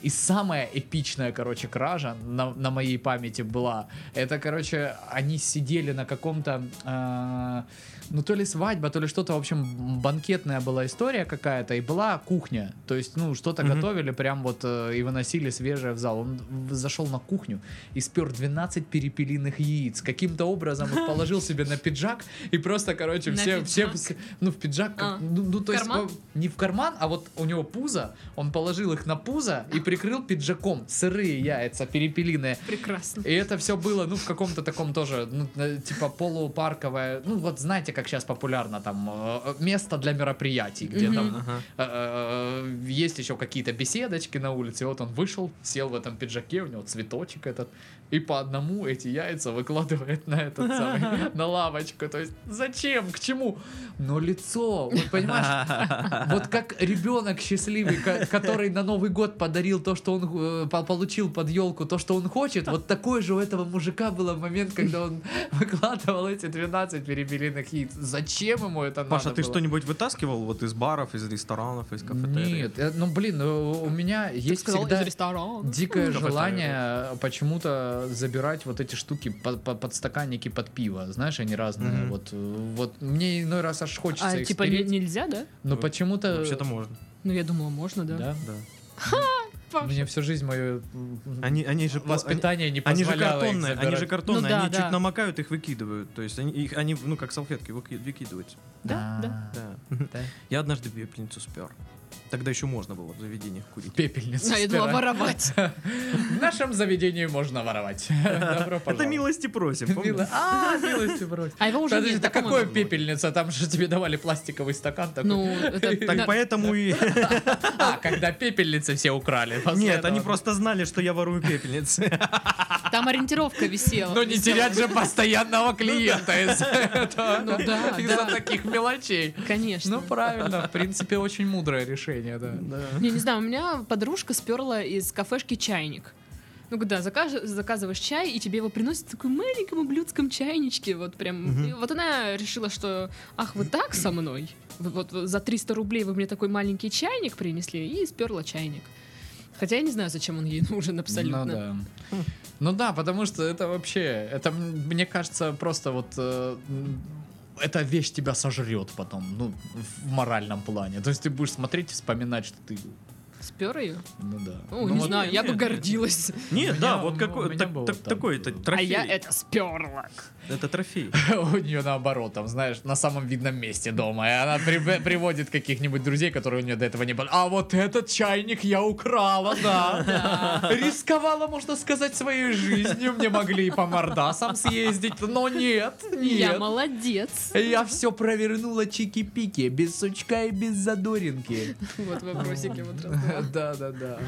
[SPEAKER 2] И самая эпичная, короче, кража на, на моей памяти была. Это, короче, они сидели на каком-то, э, ну, то ли свадьба, то ли что-то, в общем, банкетная была история какая-то, и была кухня. То есть, ну, что-то готовили прям вот э, и выносили свежее в зал. Он в- зашел на кухню и спер 12 перепелиных яиц. Каким-то образом их положил себе на пиджак и просто, короче,
[SPEAKER 3] На
[SPEAKER 2] все, все,
[SPEAKER 3] пиджак?
[SPEAKER 2] с- ну, в пиджак, как-
[SPEAKER 3] А,
[SPEAKER 2] ну, ну, то
[SPEAKER 3] в
[SPEAKER 2] есть,
[SPEAKER 3] карман?
[SPEAKER 2] ну, не в карман, а вот у него пузо, он положил их на пузо и прикрыл пиджаком сырые яйца, перепелиные.
[SPEAKER 3] Прекрасно.
[SPEAKER 2] И это все было, ну, в каком-то таком тоже, ну, э, типа полупарковое, ну, вот знаете, как сейчас популярно там, э, место для мероприятий, где там
[SPEAKER 1] Ага.
[SPEAKER 2] э, есть еще какие-то беседочки на улице, вот он вышел, сел в этом пиджаке, у него цветочек этот, и по одному эти яйца выкладывает на этот самый, на лавочку, то есть зачем, к чему? Но лицо, вот понимаешь, Вот как ребенок счастливый, ко- который на Новый год подарил то, что он э, по- получил под елку, то, что он хочет, вот такой же у этого мужика был момент, когда он выкладывал эти 12 перепелиных яиц. Зачем ему это надо
[SPEAKER 1] Паша, ты
[SPEAKER 2] было?
[SPEAKER 1] что-нибудь вытаскивал вот из баров, из ресторанов, из кафетерий?
[SPEAKER 2] Нет, э, ну блин, э, у меня
[SPEAKER 3] Ты
[SPEAKER 2] есть
[SPEAKER 3] сказал
[SPEAKER 2] всегда
[SPEAKER 3] из ресторана.
[SPEAKER 2] дикое
[SPEAKER 1] Кафетерий.
[SPEAKER 2] желание почему-то забирать вот эти штуки по- по- подстаканники под пиво, знаешь, они разные.
[SPEAKER 1] Мгм.
[SPEAKER 2] Вот, э, вот мне иной раз аж хочется
[SPEAKER 3] А
[SPEAKER 2] их
[SPEAKER 3] типа не-
[SPEAKER 2] спереть,
[SPEAKER 3] нельзя, да?
[SPEAKER 2] но почему-то.
[SPEAKER 1] Вообще-то можно.
[SPEAKER 3] Ну я думала, можно, да.
[SPEAKER 2] да?
[SPEAKER 1] Да.
[SPEAKER 2] Мне всю жизнь мое
[SPEAKER 1] Они, они же
[SPEAKER 2] воспитание не
[SPEAKER 1] Они, они же
[SPEAKER 2] позволяло их
[SPEAKER 1] картонные, они же
[SPEAKER 2] забирать.
[SPEAKER 1] картонные,
[SPEAKER 3] Ну да,
[SPEAKER 1] они
[SPEAKER 3] да.
[SPEAKER 1] чуть намокают, их выкидывают. То есть они, их, они ну как салфетки выки- выкидываются.
[SPEAKER 3] Да, да.
[SPEAKER 2] А,
[SPEAKER 1] Да.
[SPEAKER 2] да.
[SPEAKER 1] Я однажды пепельницу спер. Тогда еще можно было в заведениях курить.
[SPEAKER 2] Пепельница.
[SPEAKER 3] А я думала
[SPEAKER 2] стирать.
[SPEAKER 3] воровать.
[SPEAKER 2] В нашем заведении можно воровать. Добро
[SPEAKER 1] Это
[SPEAKER 2] пожаловать.
[SPEAKER 1] милости просим,
[SPEAKER 2] Мило-
[SPEAKER 1] помнишь?
[SPEAKER 2] А, милости брось.
[SPEAKER 3] А его уже
[SPEAKER 2] Подожди,
[SPEAKER 3] нет.
[SPEAKER 2] да
[SPEAKER 3] да, по-моему.
[SPEAKER 2] какое пепельница? Там же тебе давали пластиковый стакан такой.
[SPEAKER 3] Ну, это...
[SPEAKER 1] Так поэтому и...
[SPEAKER 2] А, когда пепельницы все украли. после
[SPEAKER 1] Нет,
[SPEAKER 2] этого.
[SPEAKER 1] они просто знали, что я ворую пепельницы.
[SPEAKER 3] Там ориентировка висела.
[SPEAKER 2] Ну не терять же постоянного клиента из-за
[SPEAKER 3] Ну
[SPEAKER 2] этого.
[SPEAKER 3] да,
[SPEAKER 2] Из-за
[SPEAKER 3] да.
[SPEAKER 2] таких мелочей. Ну
[SPEAKER 3] Конечно.
[SPEAKER 2] правильно, в принципе, очень мудрое решение, да.
[SPEAKER 3] Не, не знаю, у меня подружка сперла из кафешки чайник. Ну когда закаж- заказываешь чай, и тебе его приносят в таком маленьком ублюдском чайничке, вот прям.
[SPEAKER 1] Мгм.
[SPEAKER 3] И вот она решила, что ах, вы так со мной? Вы Вот за 300 рублей вы мне такой маленький чайник принесли, и сперла чайник. Хотя я не знаю, зачем он ей нужен абсолютно.
[SPEAKER 2] Ну да. Ну да, потому что это вообще, это м, мне кажется просто вот э, м, эта вещь тебя сожрет потом, ну в моральном плане. То есть ты будешь смотреть и вспоминать, что ты,
[SPEAKER 3] Спер ее?
[SPEAKER 2] ну да.
[SPEAKER 3] Ну, не
[SPEAKER 2] вот-
[SPEAKER 3] знаю, я бы
[SPEAKER 1] нет,
[SPEAKER 3] гордилась.
[SPEAKER 1] Нет,
[SPEAKER 2] меня-
[SPEAKER 1] да, вот
[SPEAKER 2] у
[SPEAKER 1] какой
[SPEAKER 2] меня
[SPEAKER 1] так-
[SPEAKER 2] было
[SPEAKER 1] так-
[SPEAKER 2] так.
[SPEAKER 1] такой это
[SPEAKER 2] А
[SPEAKER 3] А я
[SPEAKER 1] трофей.
[SPEAKER 3] это сперла.
[SPEAKER 1] Это трофей.
[SPEAKER 2] У нее наоборот, там, знаешь, на самом видном месте дома. И она при- приводит каких-нибудь друзей, которые у нее до этого не были. А вот этот чайник я украла, да. Рисковала, можно сказать, своей жизнью. Мне могли и по мордасам съездить, но нет,
[SPEAKER 3] Я
[SPEAKER 2] нет.
[SPEAKER 3] молодец.
[SPEAKER 2] Я все провернула чики-пики, без сучка и без задоринки.
[SPEAKER 3] Вот вопросики вот раз-два.
[SPEAKER 2] Да, да, да.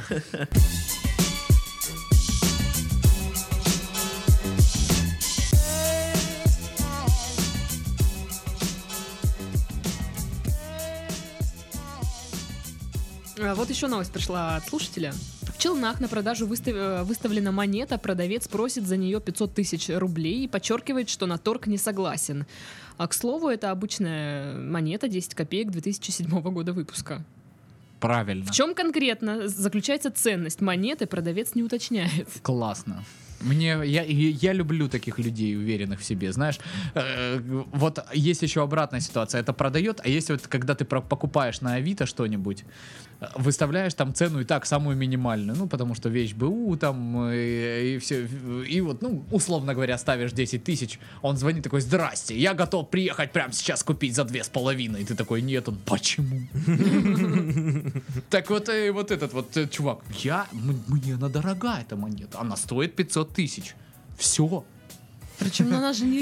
[SPEAKER 3] А, Вот еще новость пришла от слушателя. В Челнах на продажу выстав- э, выставлена монета, продавец просит за нее 500 тысяч рублей и подчеркивает, что на торг не согласен. А к слову, это обычная монета 10 копеек 2007 года выпуска.
[SPEAKER 2] Правильно.
[SPEAKER 3] В чем конкретно заключается ценность монеты, продавец не уточняет.
[SPEAKER 2] Классно. Мне я, я я люблю таких людей, уверенных в себе. Знаешь, э, вот есть еще обратная ситуация. Это продает, а есть вот когда ты про- покупаешь на Авито что-нибудь, э, выставляешь там цену и так самую минимальную. Ну, потому что вещь БУ там э, и, все. И вот, ну, условно говоря, ставишь 10 тысяч, он звонит такой: Здрасте, я готов приехать прямо сейчас купить за две с половиной. И ты такой, нет, он почему? Так вот, э, вот этот вот э, чувак, я, м- мне она дорога, эта монета, она стоит 500 тысяч. Все.
[SPEAKER 3] Причем ну, она же не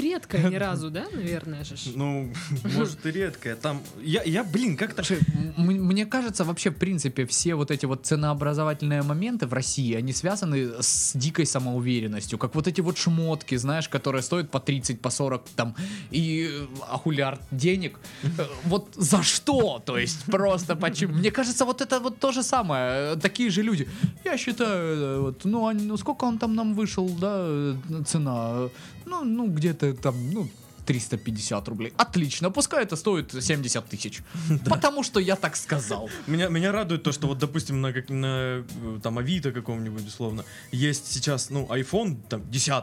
[SPEAKER 3] редкая ни разу, да, наверное же. ж.
[SPEAKER 1] Ну, может и редкое. Там, я, я, блин, как-то...
[SPEAKER 2] Мне кажется, вообще, в принципе, все вот эти вот ценообразовательные моменты в России, они связаны с дикой самоуверенностью. Как вот эти вот шмотки, знаешь, которые стоят по 30, по 40, там, и э, ахулиард денег. Э, Вот за что? То есть просто почему? Мне кажется, вот это вот то же самое. Э, Такие же люди. Я считаю, э, вот, ну, они- ну, сколько он там нам вышел, да, э, цена? Э, Ну, ну, где-то там, ну, 350 рублей. Отлично, пускай это стоит 70 тысяч. Потому что я так сказал.
[SPEAKER 1] Меня, меня радует то, что вот, допустим, на, как, на э, там, Авито каком-нибудь, условно, есть сейчас, ну, iPhone, там, 10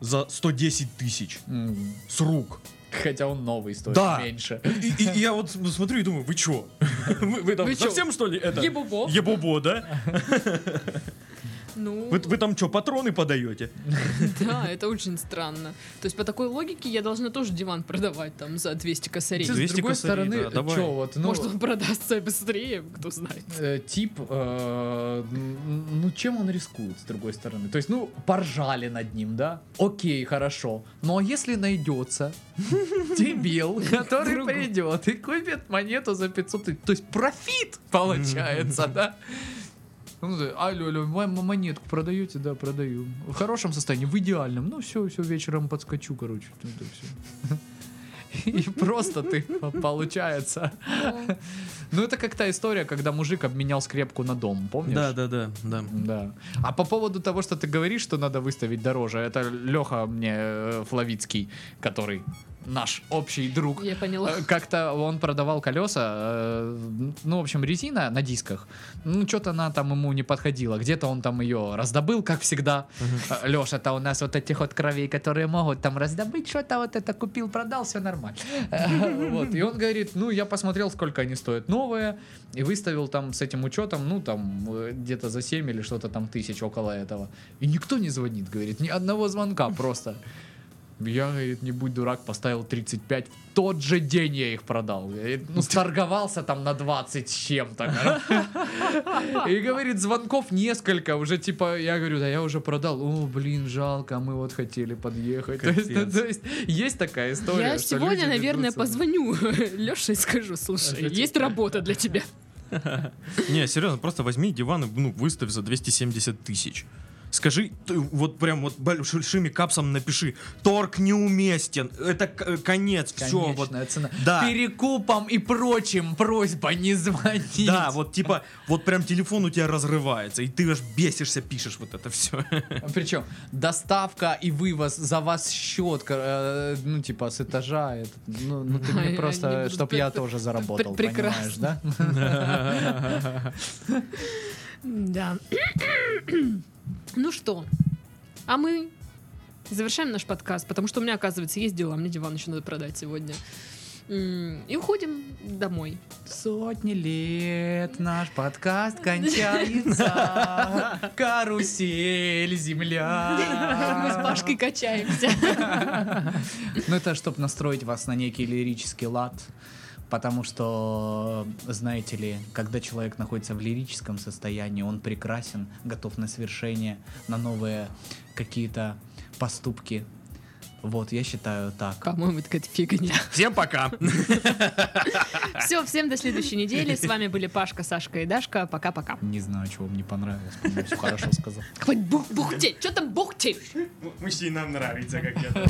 [SPEAKER 1] за 110 тысяч
[SPEAKER 2] М,
[SPEAKER 1] с рук.
[SPEAKER 2] Хотя он новый стоит
[SPEAKER 1] Да.
[SPEAKER 2] меньше.
[SPEAKER 1] И, и- и я вот см- смотрю и думаю, вы чё? Вы, вы там
[SPEAKER 3] Вы чё?
[SPEAKER 1] совсем, что ли, это?
[SPEAKER 3] Ебубо.
[SPEAKER 1] Ебобо, да?
[SPEAKER 3] Ну,
[SPEAKER 1] Вы, вы там что, патроны подаете?
[SPEAKER 3] да, это очень странно. То есть по такой логике я должна тоже диван продавать там за 200 косарей.
[SPEAKER 1] Ты
[SPEAKER 2] С
[SPEAKER 1] 200
[SPEAKER 2] другой
[SPEAKER 1] косарей,
[SPEAKER 2] стороны,
[SPEAKER 1] да, давай.
[SPEAKER 2] чё вот, ну,
[SPEAKER 3] Может, он продастся быстрее, кто знает.
[SPEAKER 2] э, тип, э, м, ну чем он рискует, с другой стороны? То есть, ну, поржали над ним, да? Окей, хорошо. Но если найдется дебил, который
[SPEAKER 3] Другу.
[SPEAKER 2] придет и купит монету за 500 тысяч, то есть профит получается, да? Ну, да, Алло, алло, мо- мо- монетку продаете? Да, продаю. В хорошем состоянии, в идеальном. Ну, все, все, вечером подскочу, короче. Ну, да, всё. И просто ты по- получается. Ну, это как та история, когда мужик обменял скрепку на дом, помнишь?
[SPEAKER 1] Да, да, да, да.
[SPEAKER 2] Да. А по поводу того, что ты говоришь, что надо выставить дороже, это Леха мне э, Флавицкий, который наш общий друг.
[SPEAKER 3] Я поняла.
[SPEAKER 2] Э, Как-то он продавал колеса, э, ну, в общем, резина на дисках. Ну, что-то она там ему не подходила. Где-то он там ее раздобыл, как всегда. Леша-то у нас вот этих вот кровей, которые могут там раздобыть, что-то вот это купил, продал, все нормально. Э, Вот. И он говорит, ну, я посмотрел, сколько они стоят новые, и выставил там с этим учетом, ну, там, э, где-то за 7 или что-то там тысяч около этого. И никто не звонит, говорит, ни одного звонка просто. Я, говорит, не будь дурак, поставил 35. В тот же день я их продал. Говорит, ну, сторговался там на 20 с чем-то. говорит. И говорит, звонков несколько. Уже типа, я говорю, да я уже продал. О, блин, жалко, мы вот хотели подъехать. То есть, ну,
[SPEAKER 1] Капец.
[SPEAKER 2] то есть, есть такая история.
[SPEAKER 3] Я
[SPEAKER 2] что
[SPEAKER 3] сегодня,
[SPEAKER 2] люди
[SPEAKER 3] наверное,
[SPEAKER 2] ведутся на-
[SPEAKER 3] позвоню Леше и скажу, слушай,
[SPEAKER 2] Это
[SPEAKER 3] есть работа для тебя.
[SPEAKER 1] Не, серьезно, просто возьми диван и ну, выставь за 270 тысяч. Скажи, ты вот прям вот большими капсом напиши, торг неуместен, это к- э, конец, все, вот.
[SPEAKER 2] Конечная цена.
[SPEAKER 1] Да.
[SPEAKER 2] Перекупом и прочим просьба не звонить.
[SPEAKER 1] Да, вот типа, вот прям телефон у тебя разрывается, и ты аж бесишься, пишешь вот это все.
[SPEAKER 2] Причем доставка и вывоз за вас счет, кор- э, ну типа с этажа. это- ну, ну, ты
[SPEAKER 3] Ай,
[SPEAKER 2] мне
[SPEAKER 3] они
[SPEAKER 2] просто,
[SPEAKER 3] будут
[SPEAKER 2] чтоб я
[SPEAKER 3] пр- пр-
[SPEAKER 2] тоже заработал, понимаешь, да?
[SPEAKER 3] прекрасно. Да. Ну что, а мы завершаем наш подкаст, потому что у меня, оказывается, есть дела, мне диван еще надо продать сегодня. М, И уходим домой.
[SPEAKER 2] Сотни лет наш подкаст кончается. Карусель,
[SPEAKER 3] Мы с
[SPEAKER 2] земля.
[SPEAKER 3] Пашкой качаемся.
[SPEAKER 2] Ну это чтобы настроить вас на некий лирический лад. Потому что, знаете ли, когда человек находится в лирическом состоянии, он прекрасен, готов на свершение, на новые какие-то поступки. Вот, я считаю так.
[SPEAKER 3] По-моему, это какая-то фигня.
[SPEAKER 1] Всем пока!
[SPEAKER 3] Все, всем до следующей недели. С вами были Пашка, Сашка и Дашка. Пока-пока.
[SPEAKER 2] Не знаю, чего мне понравилось, по-моему, всё хорошо сказал.
[SPEAKER 3] Хватит бух- бухтеть. Что там бухтеть?
[SPEAKER 1] Мужчинам нравится, как я.